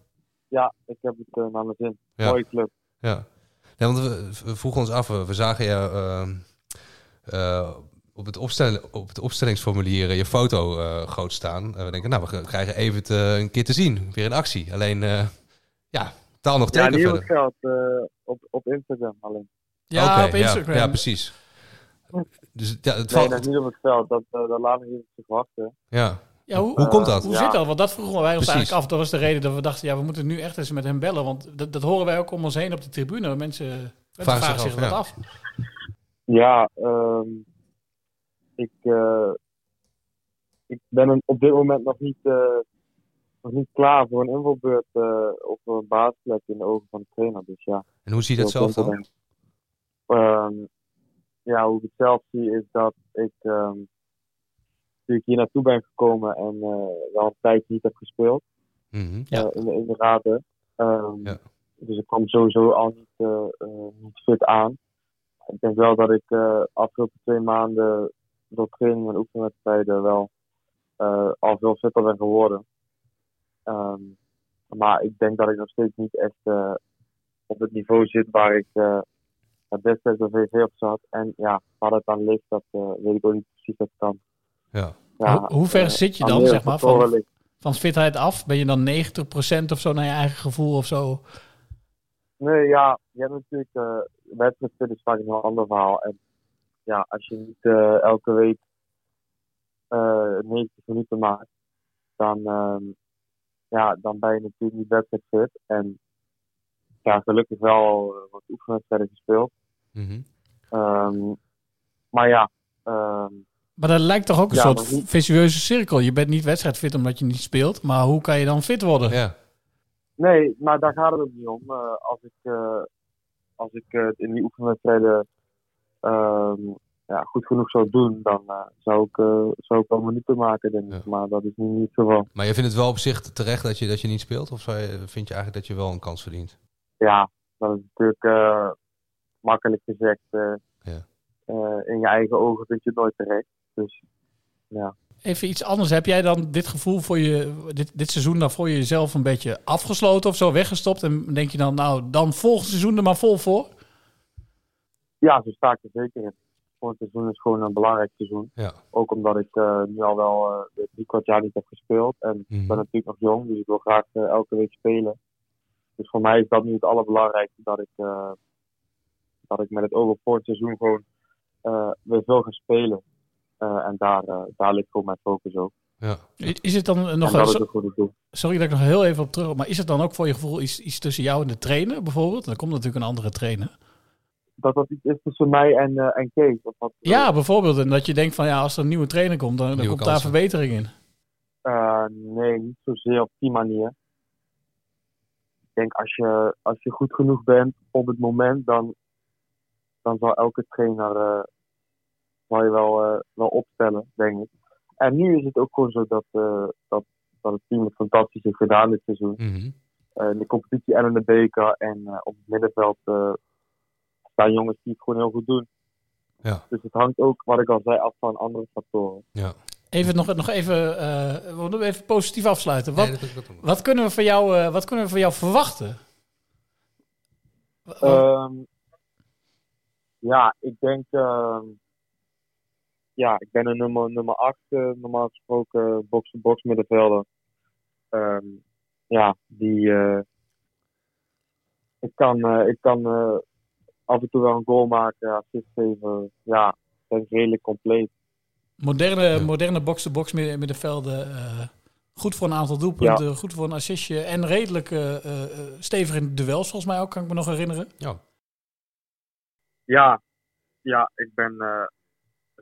Ja, ik heb het eh, naar mijn zin. Ja. Mooie club. Ja. Nee, want we we vroegen ons af, we we zagen je ehm, eh, op, het opstellen, op het opstellingsformulier eh, je foto eh, groot staan. En we denken, nou, we g- krijgen even eh, een keer te zien, weer in actie. Alleen, eh, ja, taal nog Ja, teken nieuw verder. geld eh, op, op Instagram alleen. Ja, Oké, op Instagram. Ja, ja, precies. Dus ja, het Nee, valt... dat is niet op het veld. Dat, eh, dat laat ik even wachten. ja. Ja, hoe, hoe komt dat? Hoe zit dat? Want dat vroegen wij ons Precies. eigenlijk af. Dat was de reden dat we dachten, ja, we moeten nu echt eens met hem bellen. Want dat, dat horen wij ook om ons heen op de tribune. Mensen mensen vragen, zich, dat ja. af. Ja, ehm, ik, eh, ik ben een- op dit moment nog niet, eh, nog niet klaar voor een invalbeurt eh, of voor een baasplek in de ogen van de trainer. Dus ja. En hoe zie je dat Zo zelf komt dan? het Ehm, ja, hoe ik het zelf zie is dat ik ehm toen ik hier naartoe ben gekomen en eh wel een tijdje niet heb gespeeld Mhm, eh, in, de, in de raden. Ehm, Dus ik kwam sowieso al niet, eh, eh, niet fit aan. Ik denk wel dat ik eh afgelopen twee maanden door training en oefenwedstrijden wel eh, al veel fitter ben geworden. Ehm, maar ik denk dat ik nog steeds niet echt eh, op het niveau zit waar ik eh het destijds bij VV op zat. En ja, waar dat aan ligt, dat eh, weet ik ook niet precies dat kan. Ja. hoe, hoe ver eh, zit je aan dan, heel zeg maar, veel factoren van, ligt. van fitheid af? Ben je dan 90% of zo naar je eigen gevoel of zo? Nee, ja, je hebt natuurlijk eh wedstrijdspit is vaak een heel ander verhaal. En ja, als je niet eh, elke week eh 90 minuten maakt, dan, ehm, ja, dan ben je natuurlijk niet wedstrijdfit. En ja, gelukkig wel eh, wat oefenwedstrijden gespeeld. mhm. Ehm, maar ja, ehm, Maar dat lijkt toch ook een Ja, soort maar hoe- vicieuze cirkel. Je bent niet wedstrijdfit omdat je niet speelt. Maar hoe kan je dan fit worden? Ja. Nee, maar daar gaat het ook niet om. Eh, als ik, eh, als ik eh, het in die oefenwedstrijden ehm, ja, goed genoeg zou doen, dan eh, zou, ik, eh, zou ik wel minuten maken, denk ik. Maar dat is nu niet het geval. Maar je vindt het wel op zich terecht dat je, dat je niet speelt? Of zou je, vind je eigenlijk dat je wel een kans verdient? Ja, dat is natuurlijk eh, makkelijk gezegd. eh, eh, in je eigen ogen vind je het nooit terecht. Dus ja. Even iets anders. Heb jij dan dit gevoel voor je, dit, dit seizoen dan voor jezelf een beetje afgesloten of zo, weggestopt? En denk je dan, nou, dan volgend seizoen er maar vol voor? Ja, zo sta ik er zeker in. Volgend seizoen is gewoon een belangrijk seizoen. Ja. Ook omdat ik eh, nu al wel eh, weer drie kwart jaar niet heb gespeeld. En ik Mhm. ben natuurlijk nog jong, dus ik wil graag eh, elke week spelen. Dus voor mij is dat nu het allerbelangrijkste. Dat ik, eh, dat ik met het oog op volgend seizoen gewoon eh, weer veel ga spelen. Eh, en daar, eh, daar ligt gewoon mijn focus op. Ja. Is het dan nog en dat zo- is een goede doel. Sorry dat ik nog heel even op terug, maar is het dan ook voor je gevoel iets, iets tussen jou en de trainer bijvoorbeeld? Dan komt natuurlijk een andere trainer. Dat dat iets is tussen mij en, eh, en Kees. Of wat, Ja, bijvoorbeeld. En dat je denkt van, ja, als er een nieuwe trainer komt, dan, dan Nieuwe komt daar kansen. verbetering in. Eh, nee, niet zozeer op die manier. Ik denk als je, als je goed genoeg bent op het moment, dan, dan zal elke trainer eh, zal je wel, eh, wel opstellen, denk ik. En nu is het ook gewoon zo dat, eh, dat, dat het team het fantastisch heeft gedaan dit seizoen. Mhm. Eh, in de competitie en in de beker en eh, op het middenveld eh, staan jongens die het gewoon heel goed doen. Ja. Dus het hangt ook, wat ik al zei, af van andere factoren. Ja. Even nog, nog even, eh, we moeten even positief afsluiten. Wat, wat, kunnen we van jou, eh, wat kunnen we van jou verwachten? Ehm, ja, ik denk. ehm, ja, ik ben een nummer, nummer 8, normaal gesproken eh, box-to-box middenvelder. Ehm, ja, die. eh, ik kan, eh, ik kan eh, af en toe wel een goal maken, assist geven. Ja, ik ben redelijk compleet. Moderne, moderne box-to-box midden- middenvelden. eh, goed voor een aantal doelpunten, goed voor een assistje. En redelijk eh, eh, eh, stevig in de duels, volgens mij ook, kan ik me nog herinneren. Ja. Ja, ja ik ben eh,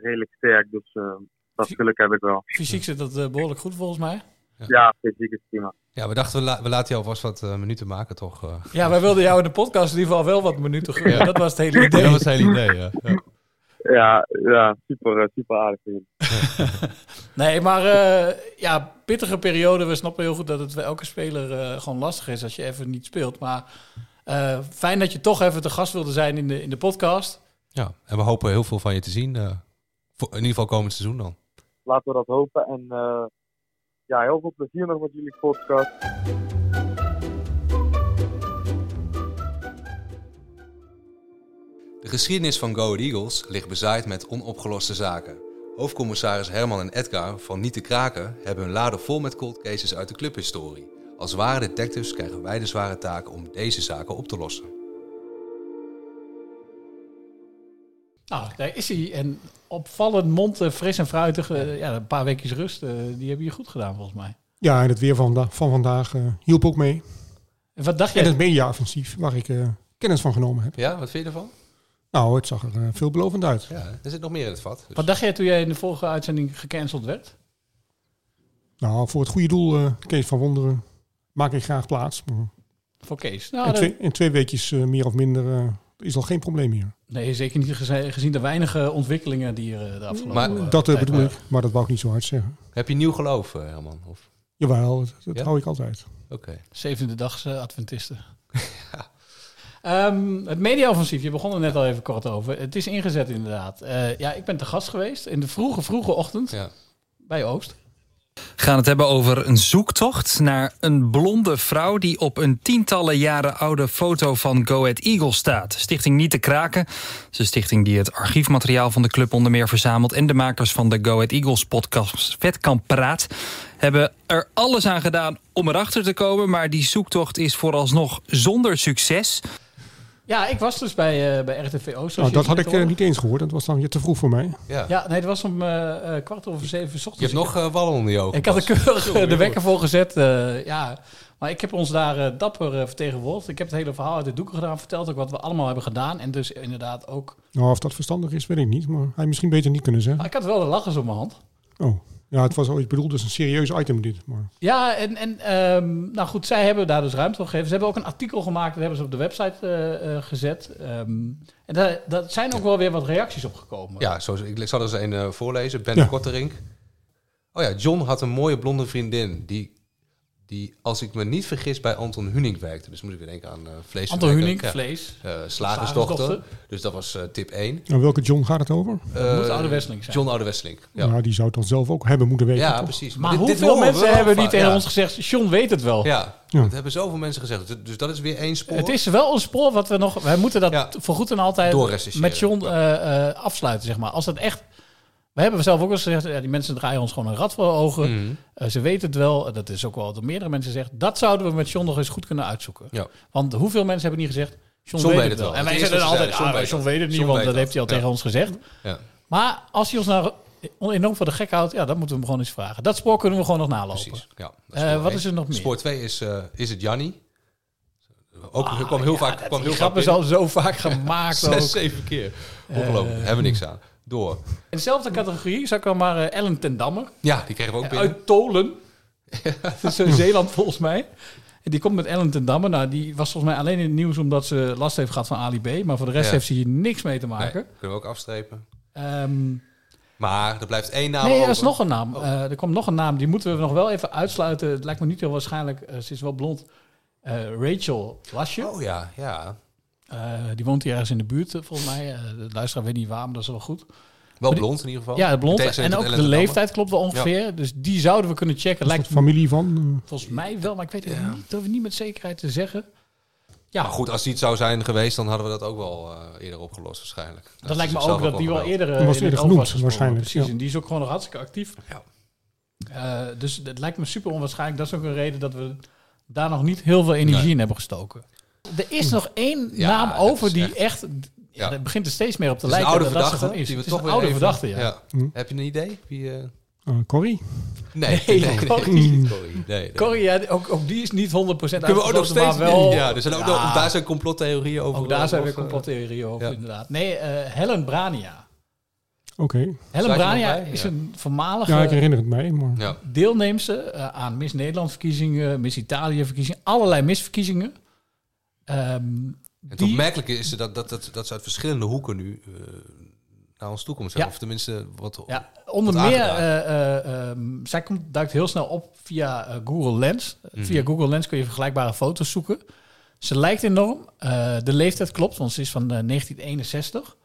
redelijk sterk, dus eh, dat geluk heb ik wel. Fysiek zit dat eh, behoorlijk goed, volgens mij. Ja, fysiek is prima. Ja, we dachten, we, la- we laten jou alvast wat eh, minuten maken, toch? eh. Ja, wij wilden jou in de podcast in ieder geval wel wat minuten gunnen. Ja. Dat was het hele idee. Dat was het hele idee, ja. ja. Ja, ja super, eh, super aardig van jullie. Nee, maar eh, ja, pittige periode. We snappen heel goed dat het bij elke speler eh, gewoon lastig is als je even niet speelt. Maar eh, fijn dat je toch even te gast wilde zijn in de, in de podcast. ja, en we hopen heel veel van je te zien. eh, voor, in ieder geval komend seizoen dan. Laten we dat hopen. En eh, ja, heel veel plezier nog met jullie podcast. De geschiedenis van Go Ahead Eagles ligt bezaaid met onopgeloste zaken. Hoofdcommissaris Herman en Edgar van Niet te Kraken hebben hun laden vol met cold cases uit de clubhistorie. Als ware detectives krijgen wij de zware taak om deze zaken op te lossen. Nou, daar is hij. En opvallend mond, eh, fris en fruitig. Eh, ja, een paar weekjes rust, eh, die hebben je goed gedaan volgens mij. Ja, en het weer van, da- van vandaag eh, hielp ook mee. En wat dacht En jij? het mediaoffensief, waar ik eh, kennis van genomen heb. Ja, wat vind je ervan? Nou, het zag er eh, veelbelovend uit. Ja, er zit nog meer in het vat. dus- Wat dacht jij toen jij in de vorige uitzending gecanceld werd? Nou, voor het goede doel, eh, Kees van Wonderen, maak ik graag plaats. Maar Voor Kees. in, Nou, dat- twee, in twee weekjes eh, meer of minder eh, is al geen probleem meer. nee, zeker niet geze- gezien de weinige ontwikkelingen die er eh, de afgelopen eh, dat eh, tijd bedoel ik, maar dat wou ik niet zo hard zeggen. Heb je nieuw geloof, eh, Herman? Of... Jawel, dat, dat Ja? hou ik altijd. Oké. Zevende dags eh, Adventisten. *laughs* Ehm, het mediaoffensief, je begon er net al even kort over. Het is ingezet inderdaad. Eh, ja, ik ben te gast geweest in de vroege, vroege ochtend bij Oost. gaan het hebben over een zoektocht naar een blonde vrouw die op een tientallen jaren oude foto van Go Ahead Eagles staat. Stichting Niet te Kraken, dat is een stichting die het archiefmateriaal van de club onder meer verzamelt en de makers van de Go Ahead Eagles podcast Vetkamp Praat hebben er alles aan gedaan om erachter te komen, maar die zoektocht is vooralsnog zonder succes. Ja, ik was dus bij, eh, bij RTV Oost. zoals Nou, dat had je net ik eh, hoorde. niet eens gehoord, dat was dan weer te vroeg voor mij. Ja. nee, het was om eh, eh, kwart over zeven 's ochtends. Je hebt Ik- nog eh, wallen onder je ogen. Ik had er Bas. keurig eh, de Jongen, jongen. wekker voor gezet. eh, ja. Maar ik heb ons daar eh, dapper eh, vertegenwoordigd. Ik heb het hele verhaal uit de doeken gedaan. Verteld ook wat we allemaal hebben gedaan. En dus inderdaad ook... Nou, of dat verstandig is, weet ik niet, maar hij misschien beter niet kunnen Maar zeggen. ik had wel de lachers op mijn hand. Oh, ja, het was ooit bedoeld, dus een serieus item dit. Maar... Ja, en, en ehm, nou goed, zij hebben daar dus ruimte voor gegeven. Ze hebben ook een artikel gemaakt, dat hebben ze op de website eh, eh, gezet. Ehm, en daar, daar zijn ook wel weer wat reacties op gekomen. Ja, zo, ik zal er eens een eh, voorlezen. Ben Kotterink. Oh ja, John had een mooie blonde vriendin die, die, als ik me niet vergis, bij Anton Huning werkte. Dus moet ik weer denken aan eh vlees. Anton Huning, vlees. Eh, slagersdochter. Slagersdochter. Dus dat was eh, tip 1. Nou, welke John gaat het over? moet Oude Wesseling zijn. John Oude Wesseling. Ja. die zou het dan zelf ook hebben moeten weten. Ja, toch? precies. Maar dit- dit hoeveel horen we mensen wel hebben vaak, niet tegen ja. ons gezegd, John weet het wel. Ja, Ja. dat hebben zoveel mensen gezegd. Dus- Dus dat is weer één spoor. Het is wel een spoor wat we nog... Wij moeten dat voor goed en altijd Doorrechercheren. met John eh, eh, afsluiten, zeg maar. Als dat echt... We hebben zelf ook wel eens gezegd, ja, die mensen draaien ons gewoon een rat voor de ogen. Mhm. Eh, ze weten het wel, Eh, dat is ook wel door meerdere mensen gezegd. Dat zouden we met John nog eens goed kunnen uitzoeken. Ja. Want hoeveel mensen hebben niet gezegd, John, weet, het wel. En wij Het zeggen dan eerste altijd, zeiden, ah, John weet het niet, John want weet dat heeft hij al Ja. tegen ons gezegd. Ja. Maar als hij ons nou enorm voor de gek houdt, ja, dan moeten we hem gewoon eens vragen. Dat spoor kunnen we gewoon nog nalopen. Ja, dat Eh, spoor wat één. is er nog meer? Spoor 2 is, eh, is het Janni. Ook kwam heel vaak. Kwam Ah, Die heel grap vaak is binnen. al zo vaak gemaakt ook. Zes, zeven keer. Ongelooflijk. Eh, Hebben we niks aan. Door. In dezelfde categorie zou ik dan maar eh, Ellen ten Damme. Ja, die kregen we ook binnen. Uit Tolen. Dat is eh, Zeeland volgens mij. En die komt met Ellen ten Damme. Nou, die was volgens mij alleen in het nieuws omdat ze last heeft gehad van Ali B. Maar voor de rest Ja. heeft ze hier niks mee te maken. Nee, kunnen we ook afstrepen. Ehm, Maar er blijft één naam nee, over. er is nog een naam. Eh, er komt nog een naam. Die moeten we nog wel even uitsluiten. Het lijkt me niet heel waarschijnlijk. Eh, ze is wel blond. Eh, Rachel Lasje. Eh, Oh ja, ja. die woont hier ergens in de buurt, eh, volgens mij. Eh, de luisteraar weet niet waar, maar dat is wel goed. Wel Maar die- blond in ieder geval. Ja, blond. In tegenstelling En tot ook de Ellen Damme. leeftijd klopt wel ongeveer. Dus die zouden we kunnen checken. Is Lijkt dat familie van? eh? volgens mij wel, maar ik weet het niet. Dat we niet met zekerheid te zeggen. Ja, Maar goed, als die het zou zijn geweest, dan hadden we dat ook wel eh, eerder opgelost waarschijnlijk. Dat, lijkt me zichzelf ook dat die wel geweldig. eerder, eh, Die was in eerder het oog genoemd, gesprongen. waarschijnlijk, Precies, ja. en die is ook gewoon nog hartstikke actief. Eh, dus het lijkt me super onwaarschijnlijk. Dat is ook een reden dat we daar nog niet heel veel energie in hebben gestoken. Er is nog één Ja, naam dat over is die echt- echt... ja, dat begint er steeds meer op te Het is een lijken. oude dat dat verdachte. ze dan is. die we Het is toch een weer oude even- verdachte, ja. Hm. Heb je een idee? Wie, eh, Eh, Corrie? Nee, Nee, nee, nee, Corrie. nee, niet Corrie. Nee, nee. Corrie, ja, ook, ook die is niet 100% Kunnen we ook nog uitgesloten, steeds maar wel... niet- Ja, er zijn ook nog- daar zijn complottheorieën over. Ook daar zijn Of, weer eh, complottheorieën over, ja. inderdaad. Nee, eh, Helen Brania. Oké. Helen Brania nog bij? is Ja. een voormalige... Ja, ik herinner het mij. Maar... Ja. deelnemster eh, aan Miss Nederland verkiezingen, Miss Italië verkiezingen, allerlei misverkiezingen. Ehm Het die- opmerkelijke is dat, dat, dat, dat ze uit verschillende hoeken nu eh, naar ons toe komen. zijn. Ja. Of tenminste, wat ja, onder wat meer, aangedragen. eh, eh, ehm, zij komt, duikt heel snel op via eh, Google Lens. Mhm. Via Google Lens kun je vergelijkbare foto's zoeken. Ze lijkt enorm. Eh, de leeftijd klopt, want ze is van eh, 1961.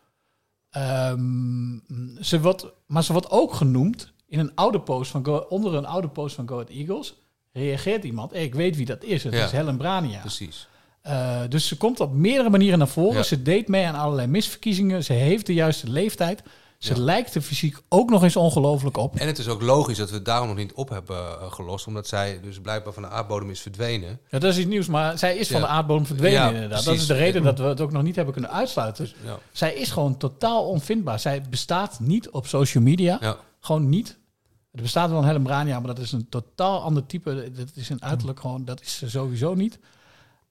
Ehm, ze wordt, maar ze wordt ook genoemd in een oude post van Go, onder een oude post van Go Ahead Eagles. Reageert iemand? Hey, ik weet wie dat is. Het Ja. Dus is Helen Brania. Precies. Eh, dus ze komt op meerdere manieren naar voren. Ja. Ze deed mee aan allerlei misverkiezingen. Ze heeft de juiste leeftijd. Ze lijkt er fysiek ook nog eens ongelooflijk op. En het is ook logisch dat we het daarom nog niet op hebben eh, gelost. Omdat zij dus blijkbaar van de aardbodem is verdwenen. Ja, dat is iets nieuws, maar zij is van Ja. de aardbodem verdwenen Ja, inderdaad. Dat precies. is de reden dat we het ook nog niet hebben kunnen uitsluiten. Dus ja. Zij is gewoon totaal onvindbaar. Zij bestaat niet op social media. Ja. Gewoon niet. Er bestaat wel een Helen Brania, maar dat is een totaal ander type. Dat is een uiterlijk Hm. gewoon, dat is ze sowieso niet.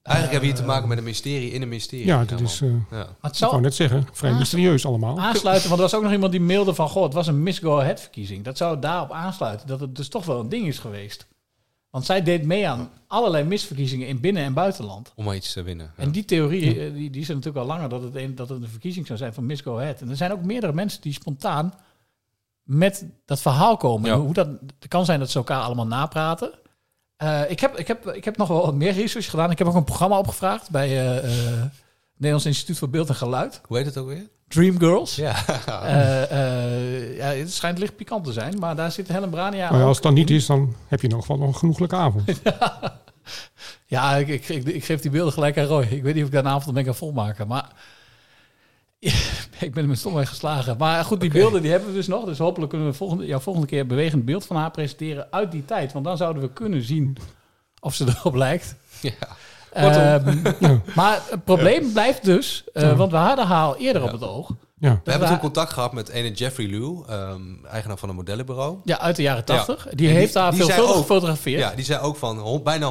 Eigenlijk hebben we hier te maken met een mysterie in een mysterie. Ja, dat Helemaal. is... eh ja. Maar het Ik zou wou net zeggen, vrij Ah. mysterieus allemaal. aansluiten, want er was ook nog iemand die mailde van... Goh, het was een Miss Go-Ahead verkiezing. Dat zou daarop aansluiten dat het dus toch wel een ding is geweest. Want zij deed mee aan allerlei misverkiezingen in binnen- en buitenland. Om maar iets te winnen. En die theorie eh, die, die is er natuurlijk al langer dat het, een, dat het een verkiezing zou zijn van Miss Go-Ahead. En er zijn ook meerdere mensen die spontaan met dat verhaal komen. Ja. Hoe dat, het kan zijn dat ze elkaar allemaal napraten. Eh, ik, heb, ik, heb, ik heb nog wel wat meer research gedaan. Ik heb ook een programma opgevraagd bij eh, eh, het Nederlands Instituut voor Beeld en Geluid. Hoe heet het ook weer? Dreamgirls. Ja. Eh, eh, ja, het schijnt licht pikant te zijn, maar daar zit Helen Brania Maar Oh ja, ook als het dan niet in. is, dan heb je in ieder geval nog een genoeglijke avond. *laughs* Ja, ik, ik, ik, ik geef die beelden gelijk aan Roy. Ik weet niet of ik daar een avond mee kan volmaken, maar... *laughs* ik ben er met stomweg geslagen. Maar goed, die beelden die hebben we dus nog. Dus hopelijk kunnen we volgende, jou volgende keer bewegend beeld van haar presenteren uit die tijd. Want dan zouden we kunnen zien of ze *laughs* erop lijkt. *laughs* Ja. Ehm, *laughs* Ja. maar het probleem blijft dus, eh, Ja. want we hadden haar al eerder op het oog. Ja. We Dat hebben we- toen contact gehad met ene Jeffrey Liu, ehm, eigenaar van een modellenbureau. Ja, uit de jaren 80. Ja. Die En die- heeft haar die zei veelvuldig ook- gefotografeerd. Ja, die zei ook van hon- bijna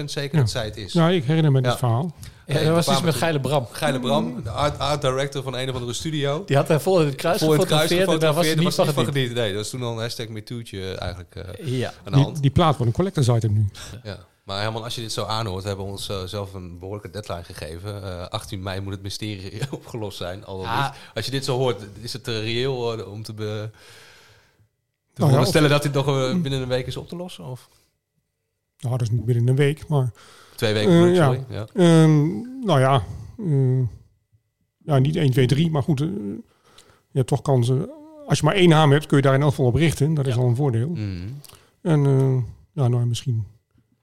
100% zeker dat zij het is. Ja, ik herinner me Ja. dit verhaal. Ja, dat Een was paar iets met toe- Geile Bram. Geile Bram, de art, art director van een of andere studio. Die had haar vol in het kruis Voor het kruis gefotografeerd en daar was gefotografeerd, ze niet van van gediend. Nee, dat is toen al een hashtag MeToo'tje eigenlijk eh, Ja. aan de hand. Die, die plaat wordt een collectors item nu. Ja. Maar Herman, als je dit zo aanhoort, hebben we ons eh, zelf een behoorlijke deadline gegeven. Eh, 18 mei moet het mysterie *laughs* opgelost zijn. Al dan Ja. niet. Als je dit zo hoort, is het eh, reëel eh, om te, be te Nou ja, voorstellen of- dat dit nog eh, binnen een week is op te lossen? Of? Nou, dat is niet binnen een week, maar... Twee weken, Eh, bedoel ik, ja. sorry, ja. Ehm, nou ja, eh, ja, niet 1, 2, 3, maar goed. eh, je hebt toch kansen. Als je maar één naam hebt, kun je daar in elk geval op richten. Dat is al een voordeel. En eh, ja, nou, misschien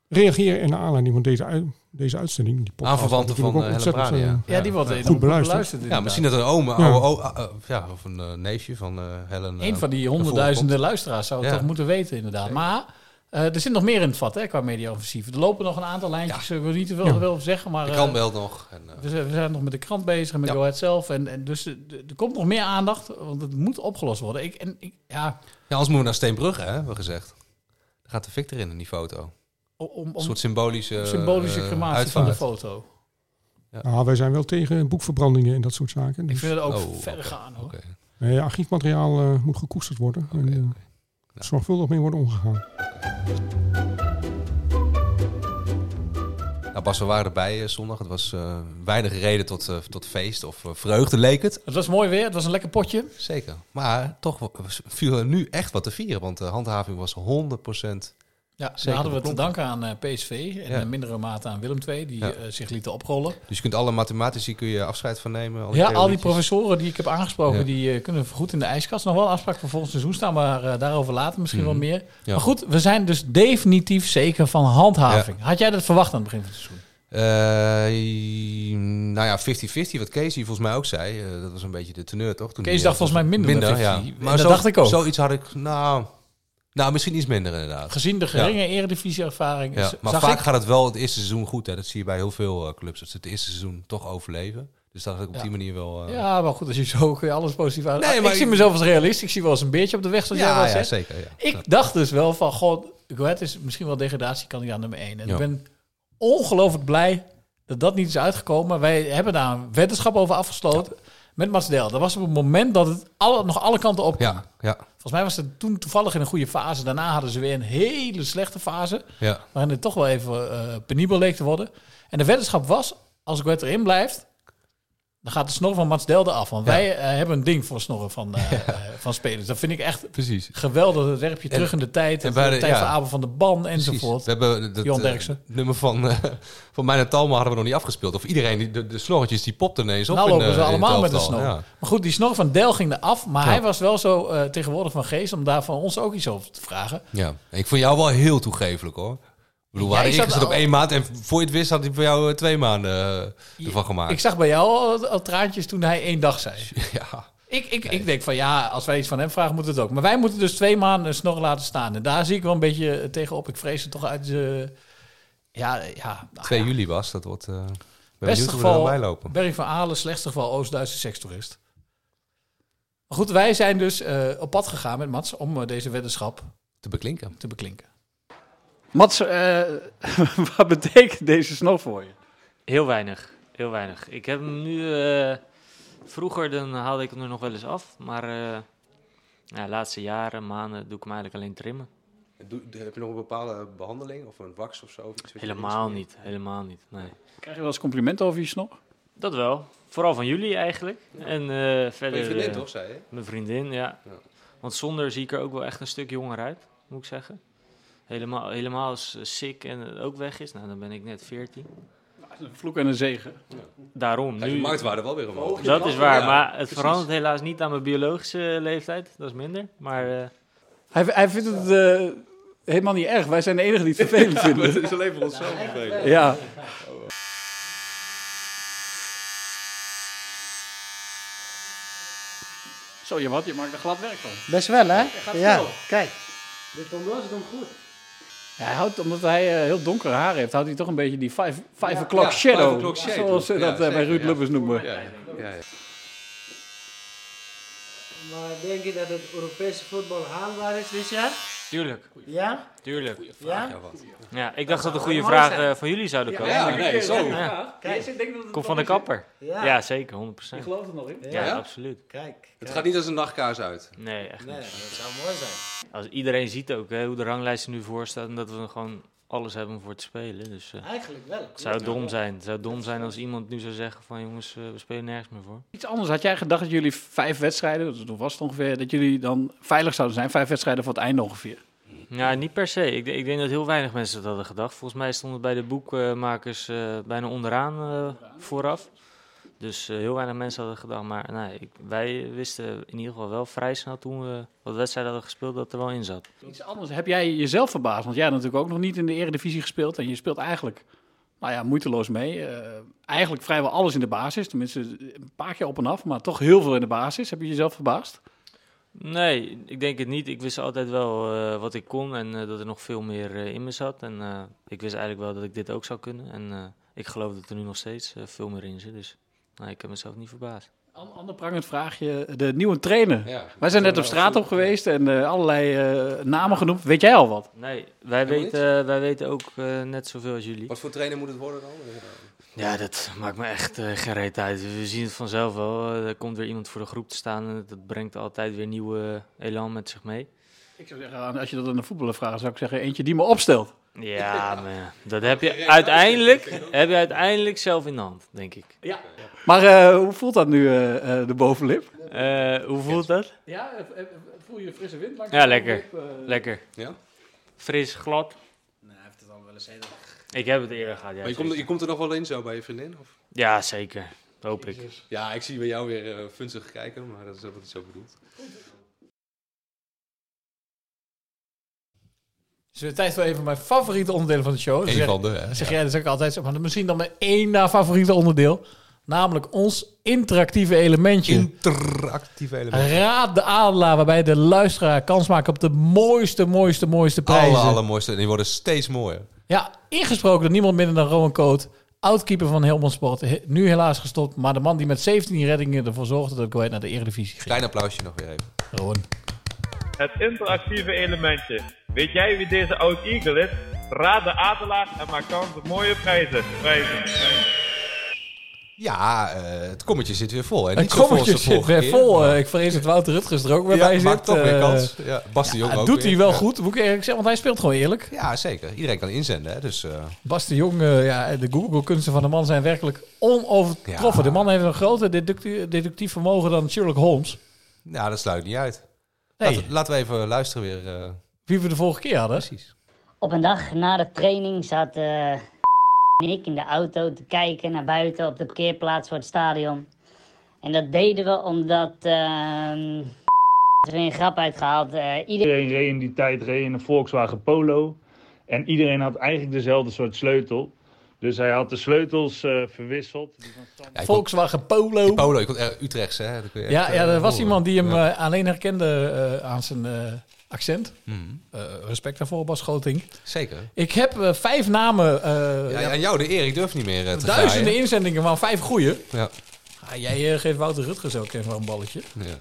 reageren en naar aanleiding van deze, ui- deze uitzending. Die podcast Aanverwanten wordt van eh, natuurlijk Helle ook ontzettend, Brania. eh, goed beluisterd. Ja, misschien dat een oom, een Ja. oude o- eh, eh, ja, of een eh, neefje van eh Helen. eh, Een van die ervoor honderdduizenden komt. luisteraars zou het Ja. toch moeten weten, inderdaad. Maar eh, er zit nog meer in het vat hè, qua media-offensief. Er lopen nog een aantal lijntjes, eh, ik wil niet te veel Ja. wel zeggen. Maar, De eh, krant belt nog en, eh. we, zijn, we zijn nog met de krant bezig, met Ja. Go Ahead zelf. En, en dus eh, d- er komt nog meer aandacht, want het moet opgelost worden. Ik, en, ik, ja, Ja, anders moeten we naar Steenbrugge, hè, hebben we gezegd. Daar gaat de Victor in, in die foto. om, om, een soort symbolische, symbolische eh, crematie van de uitvaart. foto. Nou, wij zijn wel tegen boekverbrandingen en dat soort zaken. Ik Dus, vind het ook Oh, ver gaan hoor. nee, archiefmateriaal eh, moet gekoesterd worden. en, eh, Zorgvuldig mee worden omgegaan. Nou Bas, we waren erbij eh, zondag. Het was eh, weinig reden tot, eh, tot feest of eh, vreugde, leek het. Het was mooi weer, het was een lekker potje. Zeker. Maar toch wa- viel er nu echt wat te vieren, want de handhaving was 100% Ja, zeker daar hadden we te beklonken. danken aan eh, PSV en Ja. in mindere mate aan Willem II, die Ja. eh, zich lieten oprollen. Dus je kunt alle mathematici kun je afscheid van nemen. alle Ja, al die theorietjes. professoren die ik heb aangesproken, Ja. die eh, kunnen goed in de ijskast. Nog wel een afspraak voor volgend seizoen staan, maar eh, daarover later misschien Mhm. wel meer. Ja. Maar goed, we zijn dus definitief zeker van handhaving. Had jij dat verwacht aan het begin van het seizoen? Eh, nou ja, 50-50, wat Kees hier volgens mij ook zei. eh, dat was een beetje de teneur, toch? Toen Kees hij, dacht eh, volgens mij minder dan 50. En dat zo- dacht ik ook. Zoiets had ik, nou, nou, misschien iets minder inderdaad. Gezien de Ja. geringe eredivisie-ervaring. Ja, is- maar Dus zag vaak ik- eh, gaat het wel het eerste seizoen goed. Hè. Dat zie je bij heel veel eh, clubs. Dat ze het eerste seizoen toch overleven. Dus dat is op die manier wel... eh, Ja, maar goed, als je zo kun je alles positief aan. Nee, Nee, maar maar ik ik- zie mezelf als realist. Ik zie wel eens een beetje op de weg, zoals Ja, jij wel ja, zegt. zeker, ja. Ik Ja. dacht dus wel van, god, Go Ahead is misschien wel degradatiekandidaat nummer één. En Ja. ik ben ongelooflijk blij dat dat niet is uitgekomen. Wij hebben daar een wetenschap over afgesloten met Mats Del. Dat was op het moment dat het alle, nog alle kanten op Ja, ja. Volgens mij was het toen toevallig in een goede fase. Daarna hadden ze weer een hele slechte fase. Ja. Waarin het toch wel even eh penibel leek te worden. En de weddenschap was, als Gwet erin blijft, dan gaat de snor van Mats Delde af. Want Ja. wij eh, hebben een ding voor snorren van, *laughs* eh, eh, van spelers. Dat vind ik echt Precies. geweldig. Dat werp je terug in de tijd. En, bij de, tijd ja. van Abel van de Ban Precies. enzovoort. We hebben dat Johan eh, Derksen. nummer van, eh, *laughs* van mijn en Talma hadden we nog niet afgespeeld. Of iedereen, die, de, de snorretjes, die popten ineens op. Nou in, lopen eh, ze in het allemaal met een elftal. snor. Ja. Maar goed, die snor van Del ging eraf. Maar Ja. hij was wel zo eh, tegenwoordig van geest om daar van ons ook iets over te vragen. Ja. En ik vond jou wel heel toegevelijk hoor. Ik bedoel, we Ja, hadden ik zat ingezet al- op één maand. En voor je het wist had hij voor jou eh, twee maanden eh, ervan gemaakt. Ik zag bij jou al, al traantjes toen hij één dag zei. *laughs* Ja. Ik, ik, ik denk van ja, als wij iets van hem vragen, moet het ook. Maar wij moeten dus twee maanden een snor laten staan. En daar zie ik wel een beetje eh, tegenop. Ik vrees het toch uit. eh, ja, eh, ja. 2 juli was, dat wordt... eh ben Beste benieuwd hoe we er geval aan bijlopen. Berry van Aalen, slechtste geval Oost-Duitse sekstoerist. Maar goed, wij zijn dus eh, op pad gegaan met Mats om eh, deze weddenschap te beklinken. Te beklinken. Mats, eh, wat betekent deze snor voor je? Heel weinig, heel weinig. Ik heb hem nu... eh, vroeger dan haalde ik hem er nog wel eens af, maar... eh ja, de laatste jaren, maanden, doe ik hem eigenlijk alleen trimmen. heb je nog een bepaalde behandeling of een wax of zo? Helemaal niet, helemaal niet, nee. Krijg je wel eens complimenten over je snor? Dat wel. Vooral van jullie eigenlijk. En eh, verder... vriendin eh, toch, zei je? Mijn vriendin, ja. Want zonder zie ik er ook wel echt een stuk jonger uit, moet ik zeggen. Helemaal, helemaal als eh, sick en het ook weg is, nou dan ben ik net 14. Een vloek en een zegen. Daarom. Gaat je nu- marktwaarde wel weer omhoog. Dat is waar, Ja, maar het precies. verandert helaas niet aan mijn biologische leeftijd. Dat is minder. Maar eh, Hij, hij vindt het eh, helemaal niet erg. Wij zijn de enigen die het vervelend vinden. Het is alleen voor onszelf vervelend. Ja. Zo, je wat, je maakt er glad werk van. Best wel, hè? Hij gaat Ja, snel. kijk. Dit omloos komt goed. Ja, hij houdt, omdat hij eh, heel donkere haar heeft, houdt hij toch een beetje die five, five Ja. o'clock Ja, shadow. five o'clock shade. Zoals ze Ja, dat eh, bij zeker, Ruud ja. Lubbers noemen. Maar denk je dat het Europese voetbal haalbaar is dit jaar? tuurlijk, Ja? tuurlijk. vraag, ja? ja, wat. ik dacht dat er goede Mooi vragen zijn. eh, van jullie zouden Ja, komen. ja, nee, zo. Ja. Kijk. Jij denkt dat het Kom toch van de is, kapper. hè? Ja. Ja, zeker, 100%. Je gelooft er nog in? Ja, Ja? absoluut. Kijk, Het kijk. gaat niet als een nachtkaars uit. Nee, echt Nee, niet. dat zou mooi zijn. Als iedereen ziet ook hè, hoe de ranglijst er nu voor staat en dat we gewoon alles hebben om voor te spelen. Dus, eh, Eigenlijk wel. Het zou dom zijn. Het zou dom zijn als iemand nu zou zeggen van jongens, eh, we spelen nergens meer voor. Iets anders, had jij gedacht dat jullie vijf wedstrijden, dat was het ongeveer, dat jullie dan veilig zouden zijn? Vijf wedstrijden voor het einde ongeveer. Nou, niet per se. Ik, de- ik denk dat heel weinig mensen dat hadden gedacht. Volgens mij stonden bij de boekmakers eh, bijna onderaan eh, vooraf. Dus eh, heel weinig mensen hadden gedacht. Maar nee, ik, wij wisten in ieder geval wel vrij snel toen we wat wedstrijden hadden gespeeld dat er wel in zat. Iets anders, heb jij jezelf verbaasd? Want jij hebt natuurlijk ook nog niet in de eredivisie gespeeld en je speelt eigenlijk, nou ja, moeiteloos mee. Eh, eigenlijk vrijwel alles in de basis, tenminste een paar keer op en af, maar toch heel veel in de basis. Heb je jezelf verbaasd? Nee, ik denk het niet. Ik wist altijd wel eh, wat ik kon en eh, dat er nog veel meer eh, in me zat. En eh, ik wist eigenlijk wel dat ik dit ook zou kunnen. En eh, ik geloof dat er nu nog steeds eh, veel meer in zit. Dus nee, ik heb mezelf niet verbaasd. An- Ander prangend vraagje, de nieuwe trainer. Ja. Wij zijn net op straat op geweest en eh, allerlei eh, namen genoemd. Weet jij al wat? Nee, wij Helemaal weten, eh, wij weten ook eh, net zoveel als jullie. Wat voor trainer moet het worden dan? Ja, dat maakt me echt eh, geen reet uit. We zien het vanzelf wel. Eh, er komt weer iemand voor de groep te staan en dat brengt altijd weer nieuwe elan met zich mee. Ik zou zeggen, als je dat aan de voetballer vraagt, zou ik zeggen eentje die me opstelt. Ja, maar ja, dat heb je uiteindelijk, heb je uiteindelijk zelf in de hand, denk ik. Ja. Maar eh, hoe voelt dat nu, eh, eh, de bovenlip? Eh, hoe voelt dat? Ja, eh, voel je frisse wind langs Ja, lekker. eh, Lekker. Fris, glad. Ik heb het eerder gehad. Ja, maar je komt, je komt er nog wel in zo bij je vriendin? Of? ja zeker. Hoop ik. Ja, ik zie bij jou weer eh funzig kijken, maar dat is ook wat hij zo bedoelt. Het is weer tijd voor een van mijn favoriete onderdelen van de show. Dan Eén zeg- van de, hè? Zeg Ja. jij dat ook altijd, zo, maar misschien dan mijn één na favoriete onderdeel. Namelijk ons interactieve elementje. Interactieve elementje. Raad de adelaar waarbij de luisteraar kans maakt op de mooiste, mooiste, mooiste Alle prijzen. allermooiste. En die worden steeds mooier. Ja, ingesproken door niemand minder dan Rowan Coot. Oudkeeper van Helmond Sport. he- Nu helaas gestopt. Maar de man die met 17 reddingen ervoor zorgde dat Go Ahead naar de Eredivisie ging. Klein applausje nog weer even. Gewoon. Het interactieve elementje. Weet jij wie deze oud Eagle is? Raad de Adelaar en maak kans op mooie prijzen. prijzen. Ja, eh, het kommetje zit weer vol. Hè? Een Niet zo vol als de kommetje zit vorige weer keer, vol. maar- eh, ik vrees dat Wouter Rutgers er ook weer Ja, bij zit. maakt toch weer eh, kans. Ja, Bas de Jong ja, ook doet hij weer, wel ja. goed, moet ik eerlijk zeggen. Want hij speelt gewoon eerlijk. Ja, zeker. Iedereen kan inzenden, hè? Dus, eh, Bas de Jong, eh, ja, de Google-kunsten van de man zijn werkelijk onovertroffen. De man heeft een groter deductie- deductief vermogen dan Sherlock Holmes. nou, dat sluit niet uit. Nee. Laten, laten we even luisteren weer. eh. Wie we de vorige keer hadden. Precies. Op een dag na de training zaten en *laughs* ik in de auto te kijken naar buiten op de parkeerplaats voor het stadion. En dat deden we omdat ehm er weer een grap uitgehaald. eh Iedereen reed in die tijd reed in een Volkswagen Polo. En iedereen had eigenlijk dezelfde soort sleutel. Dus hij had de sleutels eh, verwisseld. Volkswagen Polo. Die Polo, ik kon, eh, Utrechtse, hè? Dat kun je Ja, echt, ja, eh, er was horen. iemand die hem Ja. eh, alleen herkende eh, aan zijn eh, accent. Mhm. Eh, respect daarvoor, Bas Schoting. Zeker. Ik heb eh, vijf namen, eh, Ja, aan jou de eer, ik durf niet meer eh, te duizenden draaien. inzendingen, maar vijf goeie. Ja. Ah, jij eh, geeft Wouter Rutgers ook even een balletje. Ja.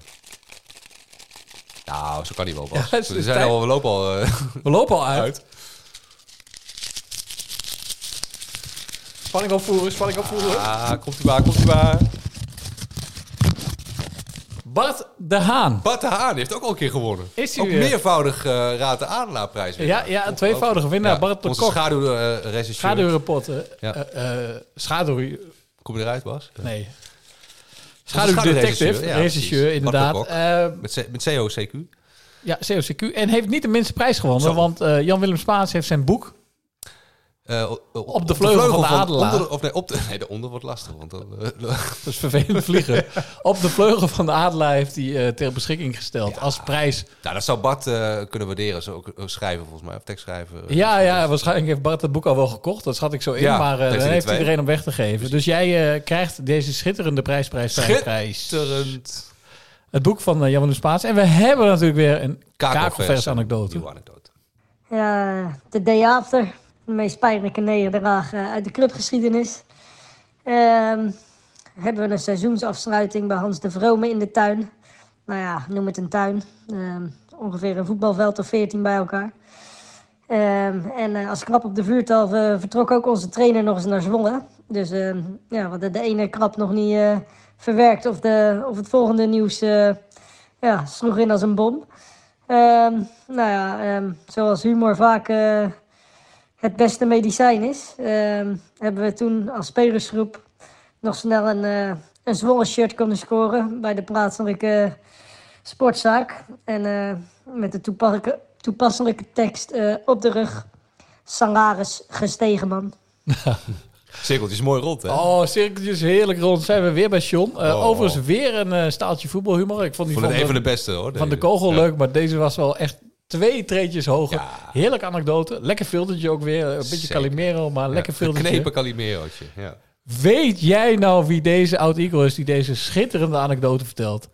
Nou, zo kan hij wel, Ja, Bas. het is we, zijn tijd- al, we lopen al... eh, *laughs* We lopen al uit. Spanning opvoeren, spanning opvoeren. Ah, komt u maar, komt u maar. Bart de Haan. Bart de Haan heeft ook al een keer gewonnen. Is hij ook weer? meervoudig eh Raad de Adelaarprijs. Ja, ja, een tweevoudige winnaar, Bart de Onze eh, Kok. schaduwregisseur. Schaduwrapporten. Ja. Eh, eh, schaduw... Kom je eruit, Bas? Nee. Schaduwregisseur, Schaduwdetective, ja, regisseur, precies. inderdaad. Bart de Eh, Kok. Met, C- met COCQ. Ja, COCQ. En heeft niet de minste prijs gewonnen, Zo. want eh, Jan-Willem Spaans heeft zijn boek. Eh, o- o- Op de vleugel van de adelaar. onder- of nee, op de, *laughs* nee, de onder wordt lastig. Want dan, eh, *laughs* Dat is vervelend vliegen. Op de vleugel van de Adelaar heeft hij eh, ter beschikking gesteld als prijs. nou, dat zou Bart eh, kunnen waarderen. Zo, ook, eh, schrijven volgens mij, of tekstschrijven. Ja, ja, waarschijnlijk heeft Bart het boek al wel gekocht. Dat schat ik zo in. Ja, maar eh, heeft hij dan er heeft twee. iedereen om weg te geven. Dus jij eh, krijgt deze schitterende prijsprijs. prijs. Schitterend. Het boek van eh, Jan-Willem Spaans. En we hebben natuurlijk weer een Kakelvers. kakelvers anekdote. Ja, de day after. De meest pijnlijke nederlaag eh, uit de clubgeschiedenis. Ehm, hebben we een seizoensafsluiting bij Hans de Vrome in de tuin. Nou ja, noem het een tuin. Ehm, ongeveer een voetbalveld of 14 bij elkaar. Ehm, en eh, als krap op de vuurtal eh, vertrok ook onze trainer nog eens naar Zwolle. Dus ehm, ja, we hadden de ene krap nog niet eh, verwerkt of, de, of het volgende nieuws eh, ja, sloeg in als een bom. Ehm, nou ja, ehm, zoals humor vaak eh, het beste medicijn is, ehm, hebben we toen als spelersgroep nog snel een, eh een Zwolle shirt kunnen scoren bij de plaatselijke eh, sportzaak. En eh, met de toepasselijke, toepasselijke tekst eh, op de rug, salaris gestegen man. Cirkeltjes mooi rond, hè? Oh, cirkeltjes heerlijk rond. Zijn we weer bij John. Eh, Oh. Overigens weer een eh, staaltje voetbalhumor. Ik vond die Vond het van een van de beste, hoor, Van de deze. kogel Ja. leuk, maar deze was wel echt twee treetjes hoger. Heerlijk anekdote. Lekker filtertje ook weer. Een beetje Zeker. Calimero, maar *laughs* lekker filtertje. Knepen Calimerootje, ja. Weet jij nou wie deze oud-Eagle is die deze schitterende anekdote vertelt?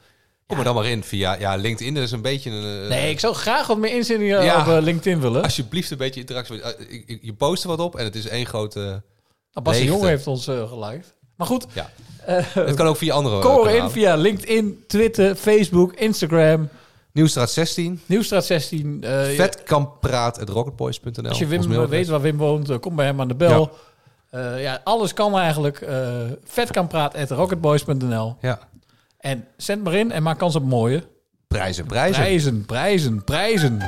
Kom er dan maar in via... Ja, LinkedIn is een beetje een... eh, Nee, ik zou graag wat meer inzendingen Ja. op eh, LinkedIn willen. Alsjeblieft een beetje interactie. Eh, ik- ik- Je post er wat op en het is één grote... Nou, Bas de leegte. Jong heeft ons eh geliked. Maar goed. Ja. eh, Het Oh, kan ook via andere Kom kanalen. erin via LinkedIn, Twitter, Facebook, Instagram. Nieuwstraat 16. Nieuwstraat 16. eh, je- Vetkampraat at rocketboys.nl. Als je Ons Wim mailadres. weet waar Wim woont, eh, kom bij hem aan de bel. Ja. ja, alles kan eigenlijk. eh vet kan praat at rocketboys.nl. Ja. En zend maar in en maak kans op mooie. Prijzen, prijzen. Prijzen, prijzen, prijzen.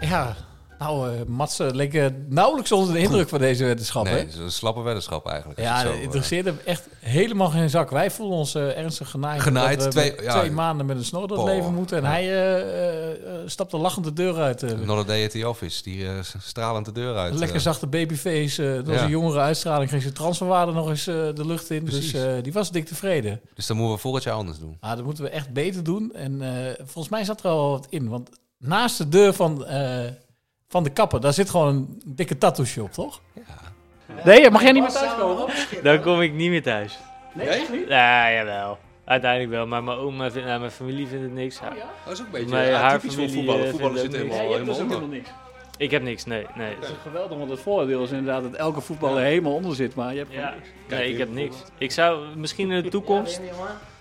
Ja, nou, eh Mats eh, leek eh, nauwelijks onder de indruk van deze weddenschap. Nee, hè? het is een slappe weddenschap eigenlijk. als je Ja, het zo, eh. het interesseert hem echt helemaal geen zak. Wij voelen ons eh, ernstig genaaid. Genaaid, dat we twee- met ja. twee maanden met een snor door het Boah, leven moeten. En ja. hij eh, eh, eh, stapt de lachende deur uit. eh. eh, Not a day at the office. Die eh, stralend de deur uit. Een lekker eh. zachte babyface. eh, door Ja. zijn jongere uitstraling kreeg zijn transferwaarde nog eens eh, de lucht in. Precies. Dus eh, die was dik tevreden. Dus dan moeten we volgend jaar anders doen. Maar dat moeten we echt beter doen. En eh, volgens mij zat er al wat in. Want naast de deur van, eh, van de kapper, daar zit gewoon een dikke tattoo shop, toch? Nee, mag jij niet meer thuiskomen? Dan kom ik niet meer thuis. Nee, echt niet? Ja, jawel. Uiteindelijk wel, maar mijn oom, vindt, nou, mijn familie vindt het niks. Dat is ook een beetje, Mijn, ja, haar typisch voor familie, voetballen. eh, vindt Voetballers het ook zitten niks. helemaal- Ja, je hebt helemaal dus ook onder. niks. Ik heb niks, nee. nee. Dat is geweldig, want het voordeel is inderdaad dat elke voetballer helemaal onder zit. Maar je hebt Ja. gewoon niks. Nee, ik heb niks. Ik zou misschien in de toekomst...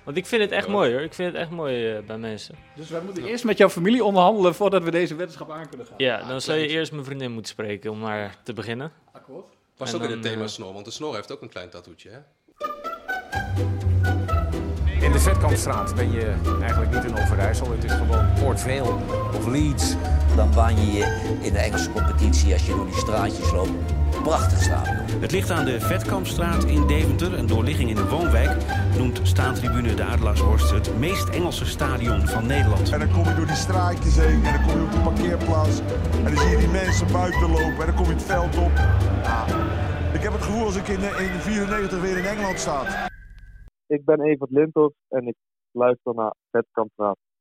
Want ik vind het echt mooi hoor. Ik vind het echt mooi eh, bij mensen. Dus wij moeten eerst met jouw familie onderhandelen voordat we deze weddenschap aan kunnen gaan. Ja, dan zou je eerst mijn vriendin moeten spreken om maar te beginnen. Akkoord. Past En ook in dan, het thema eh, snor, want de snor heeft ook een klein tattoetje. Hè? In de Vetkampstraat ben je eigenlijk niet in Overijssel. Het is gewoon Port Vale of Leeds. Dan baan je je in de Engelse competitie als je door die straatjes loopt. Prachtig stadion. Het ligt aan de Vetkampstraat in Deventer, een doorligging in een woonwijk. Noemt staantribune de Adelaarshorst het meest Engelse stadion van Nederland. En dan kom je door die straatjes heen en dan kom je op de parkeerplaats. En dan zie je die mensen buiten lopen en dan kom je het veld op. Ja. Ik heb het gevoel als ik in 1994 weer in Engeland sta. Ik ben Evert Lintos en ik luister naar Vetkampstraat.